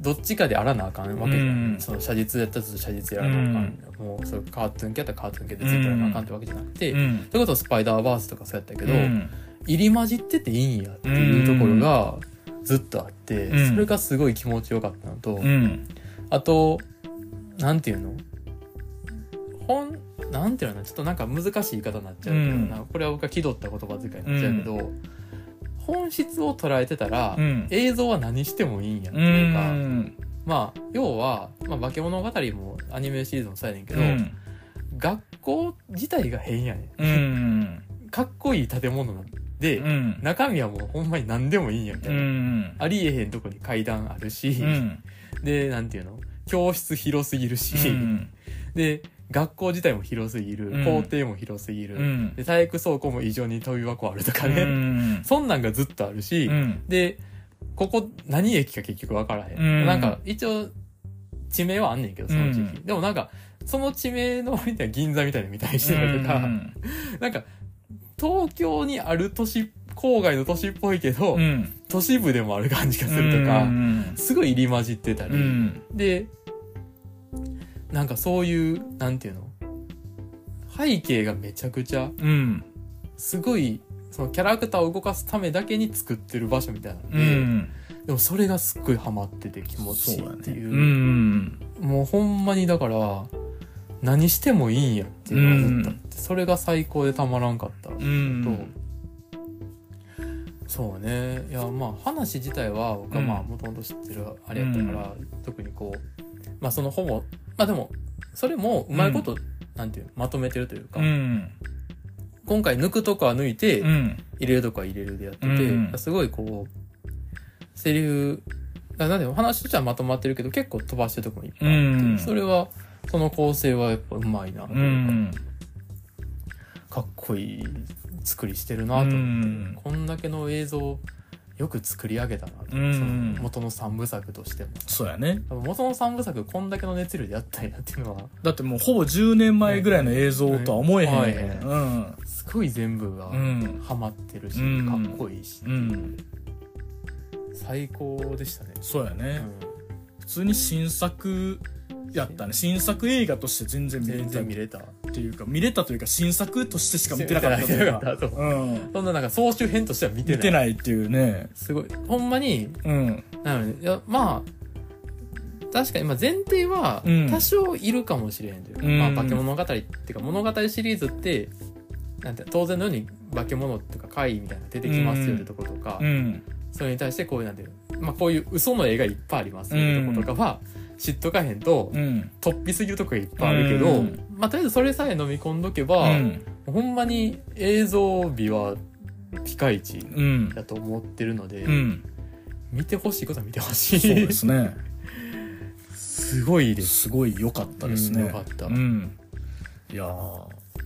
S2: どっちかであらなあかんわけじゃない、
S1: うん
S2: その写実やったら写実やらなあかん、もうそれカートゥーン系やったらカートゥーン系でずっとやらなあかんってわけじゃなくて、
S1: うん
S2: それこそスパイダーバースとかそうやったけど、
S1: うん
S2: 入り混じってていいんやっていうところがずっとあって、
S1: うん
S2: それがすごい気持ちよかったのと、
S1: うん
S2: あとなんていうの本なんていうのかなちょっとなんか難しい言い方になっちゃうけどな、これは僕は気取った言葉遣いになっちゃうけど、本質を捉えてたら、
S1: うん
S2: 映像は何してもいいんやって
S1: う
S2: いうか、
S1: ん
S2: まあ要は、まあ、化け物語もアニメシリーズもそうやねんけど、
S1: うん
S2: 学校自体が変やね
S1: うん
S2: んかっこいい建物なんで、
S1: うん
S2: 中身はもうほんまに何でもいいんやみた
S1: う
S2: いな、
S1: ん
S2: ありえへんとこに階段あるし、
S1: うん
S2: でなんていうの教室広すぎるし、で学校自体も広すぎる、
S1: うん
S2: 校庭も広すぎる、
S1: うん
S2: で体育倉庫も異常に飛び箱あるとか
S1: う
S2: ね、
S1: ん
S2: そんなんがずっとあるし、
S1: うん
S2: でここ何駅か結局分からへん、
S1: うん
S2: なんか一応地名はあんねんけどその地域、
S1: う
S2: でもなんかその地名のみたいな銀座みたいなの見たりしてるとか、なんか東京にある都市郊外の都市っぽいけど、
S1: うん
S2: 都市部でもある感じがするとか、
S1: うん
S2: すごい入り混じってたり、
S1: うん
S2: でなんかそういうなんていうの背景がめちゃくちゃ
S1: うん
S2: すごいそのキャラクターを動かすためだけに作ってる場所みたいなので、
S1: うん
S2: でもそれがすっごいハマってて気持ちいいってい
S1: そ
S2: う
S1: うだねうん
S2: もうほんまにだから何してもいいんやっていうのがずっとあって、それが最高でたまらんかった、
S1: う
S2: と
S1: ん
S2: そうねいやまあ話自体は僕はまあ
S1: うん
S2: もともと知ってるあれやったから、特にこうまあそのほぼまあでもそれもうまいこと、なんていうのまとめてるというか、
S1: うん
S2: 今回抜くとこは抜いて、
S1: うん
S2: 入れるとこは入れるでやってて、
S1: うん
S2: すごいこうセリフあなんでも話としてはまとまってるけど結構飛ばしてるとこもいっぱいあって、
S1: うん
S2: それはその構成はやっぱうまいな、
S1: うん
S2: かっこいい作りしてるなと思って、
S1: うん
S2: こんだけの映像よく作り上げたなと、
S1: うん
S2: その元の三部作としても
S1: そうやね
S2: 多分元の三部作こんだけの熱量でやったんやっていうのは
S1: だってもうほぼ10年前ぐらいの映像とは思えへんよ
S2: ね
S1: ねうん
S2: すごい全部が
S1: うん
S2: ハマってるし、
S1: うん
S2: かっこいいし、
S1: うん
S2: 最高でしたね、
S1: そうや
S2: う
S1: ね
S2: ん
S1: 普通に新作やったね新作映画として全然見れ
S2: 全
S1: た
S2: 然見
S1: っ
S2: れた
S1: ていうか見れたというか新作としてしか見てなかったと
S2: 見
S1: い
S2: て
S1: う
S2: なか
S1: か
S2: ったと
S1: うん
S2: そんななんか総集編としては見
S1: 見
S2: てない
S1: てないっていうね
S2: すごいほんまに
S1: うん
S2: なのでいやまあ確かにまあ前提は
S1: うん
S2: 多少いるかもしれへんというか、
S1: うん
S2: まあ、化け物語っていうか物語シリーズってなんて当然のように化け物とか怪異みたいなの出てきますよってとことか、
S1: うん
S2: それに対してこういうなんていう、まあ、こういう嘘の映画いっぱいありますよってこととかは知っとかへんと
S1: うん
S2: 突飛すぎるとこがいっぱいあるけど、
S1: うん
S2: まあ、とりあえずそれさえ飲み込んどけば、
S1: うん
S2: ほんまに映像美はピカイチ
S1: うん
S2: だと思ってるので、
S1: うん
S2: 見てほしいことは見てほし
S1: そう
S2: い
S1: で。すね
S2: すごいです。
S1: すごい良かったですね。
S2: うん良かった
S1: うんいやー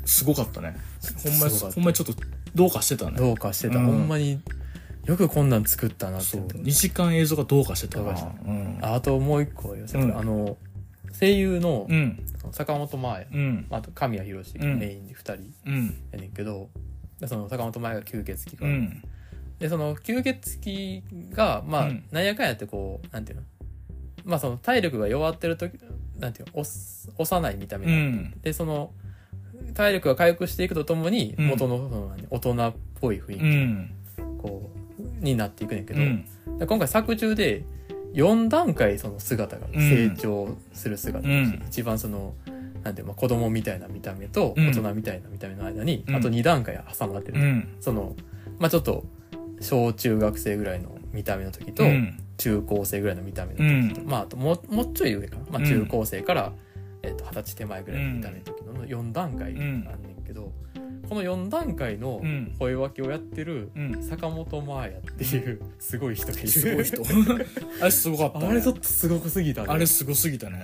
S1: すごかったね。ほんまに、
S2: すごかった
S1: ほんまにちょっとどうかしてたね。
S2: どうかしてた。
S1: うん
S2: ほんまによくこんなん作ったなって
S1: そう
S2: 思う
S1: 2時間映像がどうかしてたな
S2: どうかし
S1: うん
S2: ああともう一個ありますね、
S1: うん
S2: あの声優の
S1: うん
S2: 坂本真綾、
S1: うん
S2: あと神谷宏
S1: うん
S2: メインで2人
S1: うん
S2: やねんけど、でその坂本真綾が吸血鬼か
S1: う
S2: ら、
S1: ん
S2: でその吸血鬼がまあ、
S1: うん
S2: なんやかんやってこうなんていうのまあその体力が弱ってる時なんていうのおっ幼い見た目
S1: う
S2: なの、
S1: ん
S2: でその体力が回復していくとともに
S1: うん
S2: 元のその何大人っぽい雰囲
S1: う
S2: 気、
S1: ん
S2: こうになっていくねんけ
S1: う
S2: ど、
S1: ん
S2: で今回作中で4段階その姿が成長する姿、
S1: うん
S2: 一番そのなんていうのまあ子供みたいな見た目と
S1: うん
S2: 大人みたいな見た目の間に、
S1: うん
S2: あと2段階挟まってる、
S1: うん
S2: そのまあちょっと小中学生ぐらいの見た目の時と、
S1: うん
S2: 中高生ぐらいの見た目の
S1: う
S2: 時、
S1: ん
S2: まああともうもうちょい上かな、ま
S1: うん
S2: あ、中高生から、えっと二十歳手前ぐらいの見た目の時の4段階あんねんけど、この4段階の
S1: うん
S2: 声分けをやってる
S1: うん
S2: 坂本真綾っていうすごい人がいる
S1: すごい人 あれすごかったね
S2: あれちょっとすごくすぎたね
S1: あれすごすぎた
S2: う
S1: ね
S2: ん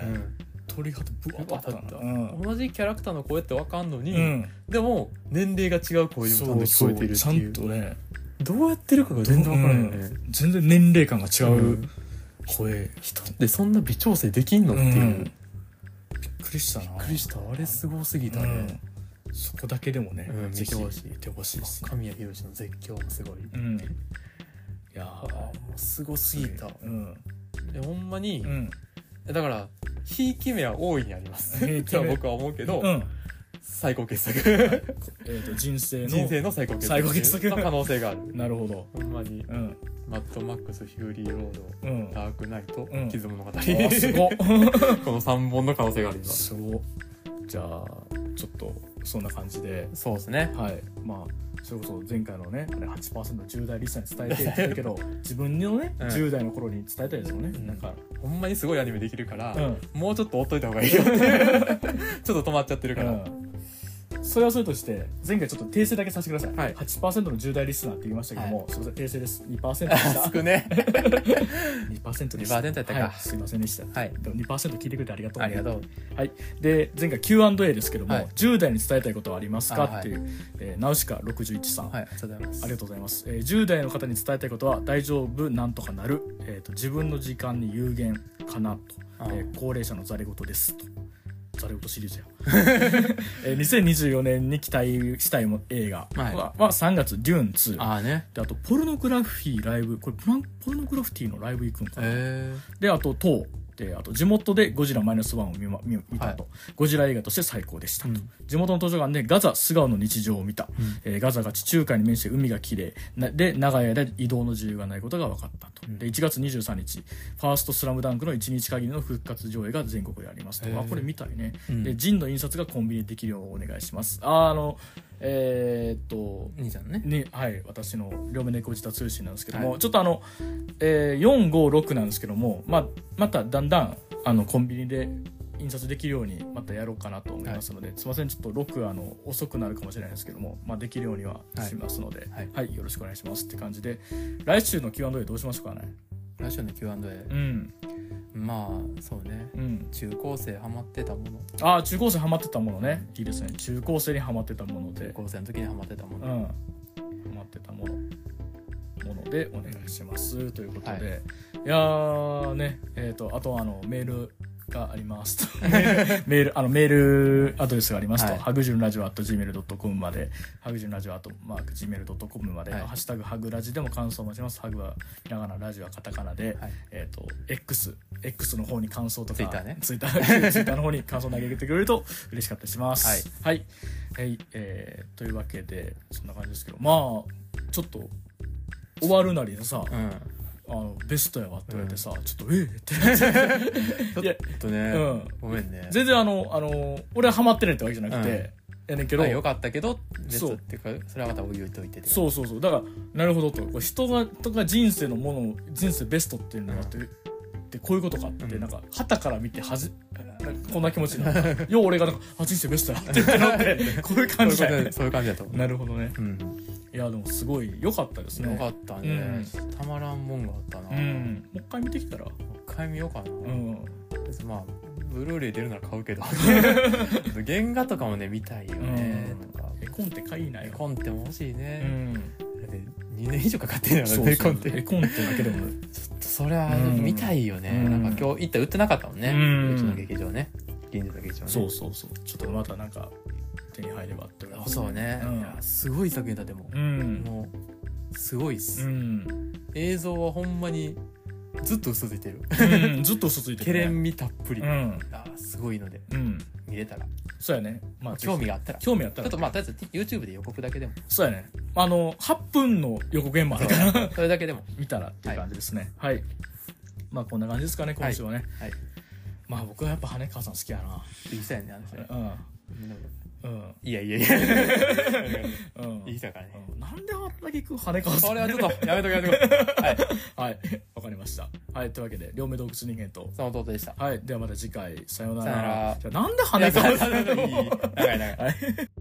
S1: 鳥肌ぶわっと立った
S2: う
S1: な
S2: 同じキャラクターの声ってわかんの
S1: う
S2: に、
S1: ん
S2: でも年齢が違う声にもちゃんと聞こえてるっていう
S1: ちゃんとね
S2: どうやってるかが全然わからないよね、
S1: 全然年齢感が違
S2: う
S1: うん声
S2: 人ってそんな微調整できんのっていう、
S1: うん
S2: び
S1: び
S2: っ
S1: っくりしたな
S2: くりしたあれすごすぎた
S1: う
S2: ね、
S1: んそこだけでもね
S2: うん
S1: ぜひ
S2: 見てほしい
S1: 見てほしいですね
S2: 神谷博の絶叫もすごい、
S1: うんいや
S2: あーもうすごすぎた
S1: うん
S2: でほんまに
S1: う、ん
S2: だからひいき目は大いにあります
S1: ひいき
S2: と
S1: 目
S2: 僕は思うけど、
S1: うん
S2: 最高傑作
S1: えーと人生の
S2: 人生の最高傑作
S1: 最高傑作
S2: の可能性がある
S1: なるほど
S2: ほんまに
S1: うん
S2: マッドマックスヒューリーロード
S1: うんあ
S2: ダークナイト、
S1: うん
S2: 傷物語
S1: ーすご
S2: この3本の可能性があります
S1: すごじゃあちょっとそんな感じで
S2: そうですね
S1: はいまあそれこそ前回のねあれ8%重大リスナーに伝えてってるけ ど自分のね
S2: うん
S1: 10代の頃に伝えたいですよね
S2: うん
S1: なんか
S2: ほんまにすごいアニメできるから、
S1: うん
S2: もうちょっと追っといた方がい いよちょっと止まっちゃってるから、
S1: うんそれはそれとして前回ちょっと訂正だけさせてください、
S2: はい
S1: 8%の重大リスナーって言いましたけども、
S2: は
S1: すみません訂正です2%で した
S2: 少ね
S1: 2%でした
S2: 2%やったか
S1: はい、すいませんでした、
S2: はい
S1: でも2%聞いてくれてありがとう
S2: ありがとう
S1: で前回 Q&A ですけども、
S2: はい
S1: 10代に伝えたいことはありますか
S2: あはい
S1: っていう、えーナウシカ61さん、
S2: はいありがとうございます
S1: ありがとうございます、えー10代の方に伝えたいことは大丈夫なんとかなる、えー、と自分の時間に有限かなと、えー高齢者のざれ言ですとざれ言シリーズや、えー2024年に期待したいも映画は,、
S2: はい
S1: は3月「デューン2」
S2: ああね
S1: であとポルノグラフィーライブこれポランポルノグラフィティのライブ行くんかな、
S2: え
S1: であと「トー」であと地元で「ゴジラマイナスワンを見,、ま、見見たと、ゴジラ映画として最高でしたと、
S2: うん
S1: 地元の図書館でガザ素顔の日常を見た、
S2: うん
S1: えーガザが地中海に面して海が綺麗なで長い間移動の自由がないことが分かったと、
S2: うん
S1: で1月23日「ファーストスラムダンクの1日限りの復活上映が全国でありますと、
S2: へー
S1: あこれ見たいね、
S2: うん
S1: でジンの印刷がコンビニでできるようお願いしますあーあのえーっと
S2: 兄ちゃんね
S1: にはい、私の両目猫舌通信なんですけども、
S2: はい
S1: ちょっとあの、えー、456なんですけども、まあ、まただんだんあのコンビニで印刷できるようにまたやろうかなと思いますので、すいませんちょっと6あの遅くなるかもしれないですけども、まあ、できるようにはしますので、は
S2: はいい
S1: よろしくお願いしますって感じで来週の Q&A どうしましょうかね
S2: ラジオの Q&A
S1: うん
S2: まあそうね
S1: うん
S2: 中高生ハマってたもの
S1: ああ中高生ハマってたものねいいですね中高生にハマってたもので
S2: 中高生の時にハマってたも
S1: う
S2: の、
S1: ん、ハマってたものものでお願いしますということで、
S2: はい
S1: い、やーねえっ、とあとあのメールがあり ますとメールあのメールアドレスがありますと、
S2: はい
S1: ハグジュンラジオ at gmail.com までハグジュンラジオ at gmail.com まで、
S2: はい
S1: ハッシュタグハグラジでも感想を待ちますハグはひらがなラジオはカタカナで、
S2: はい
S1: えっ、と X X の方に感想とか
S2: ツイッターね
S1: ツイッターツイッターの方に感想投げてくれると嬉しかったりします
S2: はい
S1: はいはいえーというわけでそんな感じですけどまあちょっと終わるなりでさ
S2: うん
S1: 「あのベストやわ」って言われてさ、ちょっと「ええってなっちゃ
S2: ちょ
S1: いや
S2: っとね、
S1: うん
S2: ごめんね
S1: 全然あのあの俺はハマってないってわけじゃなくて、
S2: うん
S1: やねんけど、
S2: あよかったけど別
S1: そう
S2: っていうかそれはまた置いといてって
S1: そうそうそうだからなるほどとこれ人がとか人生のものを人生ベストっていうのがあって、でこういうことかって、
S2: うん
S1: なんか旗から見てはじなんかこんな気持ちにな ったよう俺がなんかあ人生ベストやって言ってなってこういう
S2: そう
S1: 感
S2: いう
S1: じ
S2: こ
S1: だ
S2: と
S1: よ
S2: で
S1: ね
S2: そういう感じだと思う、
S1: なるほどね
S2: うん、
S1: いやでもすごい良かったですね
S2: よかったね、たまらんもんがあったな、
S1: う
S2: も
S1: んもう一回見てきたら
S2: う一回見ようかな、
S1: うん
S2: まあブルーレイ出るなら買 うけど原画とかもね見たいよね、
S1: うん
S2: とか
S1: 絵コンテ買いな
S2: 絵
S1: よ
S2: コンテも欲しいね、
S1: ん
S2: だって2年以上かかってんの
S1: そうそ
S2: よ
S1: う
S2: ベーコンって
S1: 絵コンテだけでも
S2: ちょっとそれは
S1: うん
S2: 見たいよね、
S1: うん
S2: なんか今日行ったら売ってなかったもんね、う
S1: うん
S2: ちの劇場ね近所の劇場ね
S1: そうそうそうちょっとまたなんか手に入ればって
S2: あそうね、
S1: うん
S2: いやすごい作品だでも
S1: う、ん
S2: もうすごいっ
S1: う
S2: す、
S1: ん、
S2: 映像はほんまにずっと嘘ついてる
S1: うん、ずっと嘘ついて
S2: けれ
S1: ね
S2: んみたっぷり、
S1: う
S2: あ
S1: ん
S2: ーすごいので
S1: うん
S2: 見れたら
S1: そうやねまあ
S2: 興味
S1: が
S2: があったらちょ
S1: 興味あった
S2: っ
S1: ら
S2: とまあとりあえず YouTube で予告だ けでも
S1: そうやねあの8分の予告編もあるから
S2: それだけでも
S1: 見たらっていう感じですねはい、まあこんな感じですかね今週はね、
S2: はいはい
S1: まあ僕はやっぱ羽川さん好きやな
S2: 言いそうやねあの人ね
S1: うん
S2: いやいやいや
S1: うんうん
S2: 言いそうやからね
S1: うんなんであんだけ食う羽川さん
S2: それはちょっとやめとけやめとけはい
S1: はいわかりましたはいというわけで両目洞窟人間と
S2: その弟でした
S1: はいではまた次回さような
S2: さような
S1: ら
S2: ら
S1: じゃあなんで
S2: いや
S1: 羽
S2: そ
S1: 川
S2: う
S1: さ
S2: そ
S1: ん
S2: うそういい長い長い
S1: はい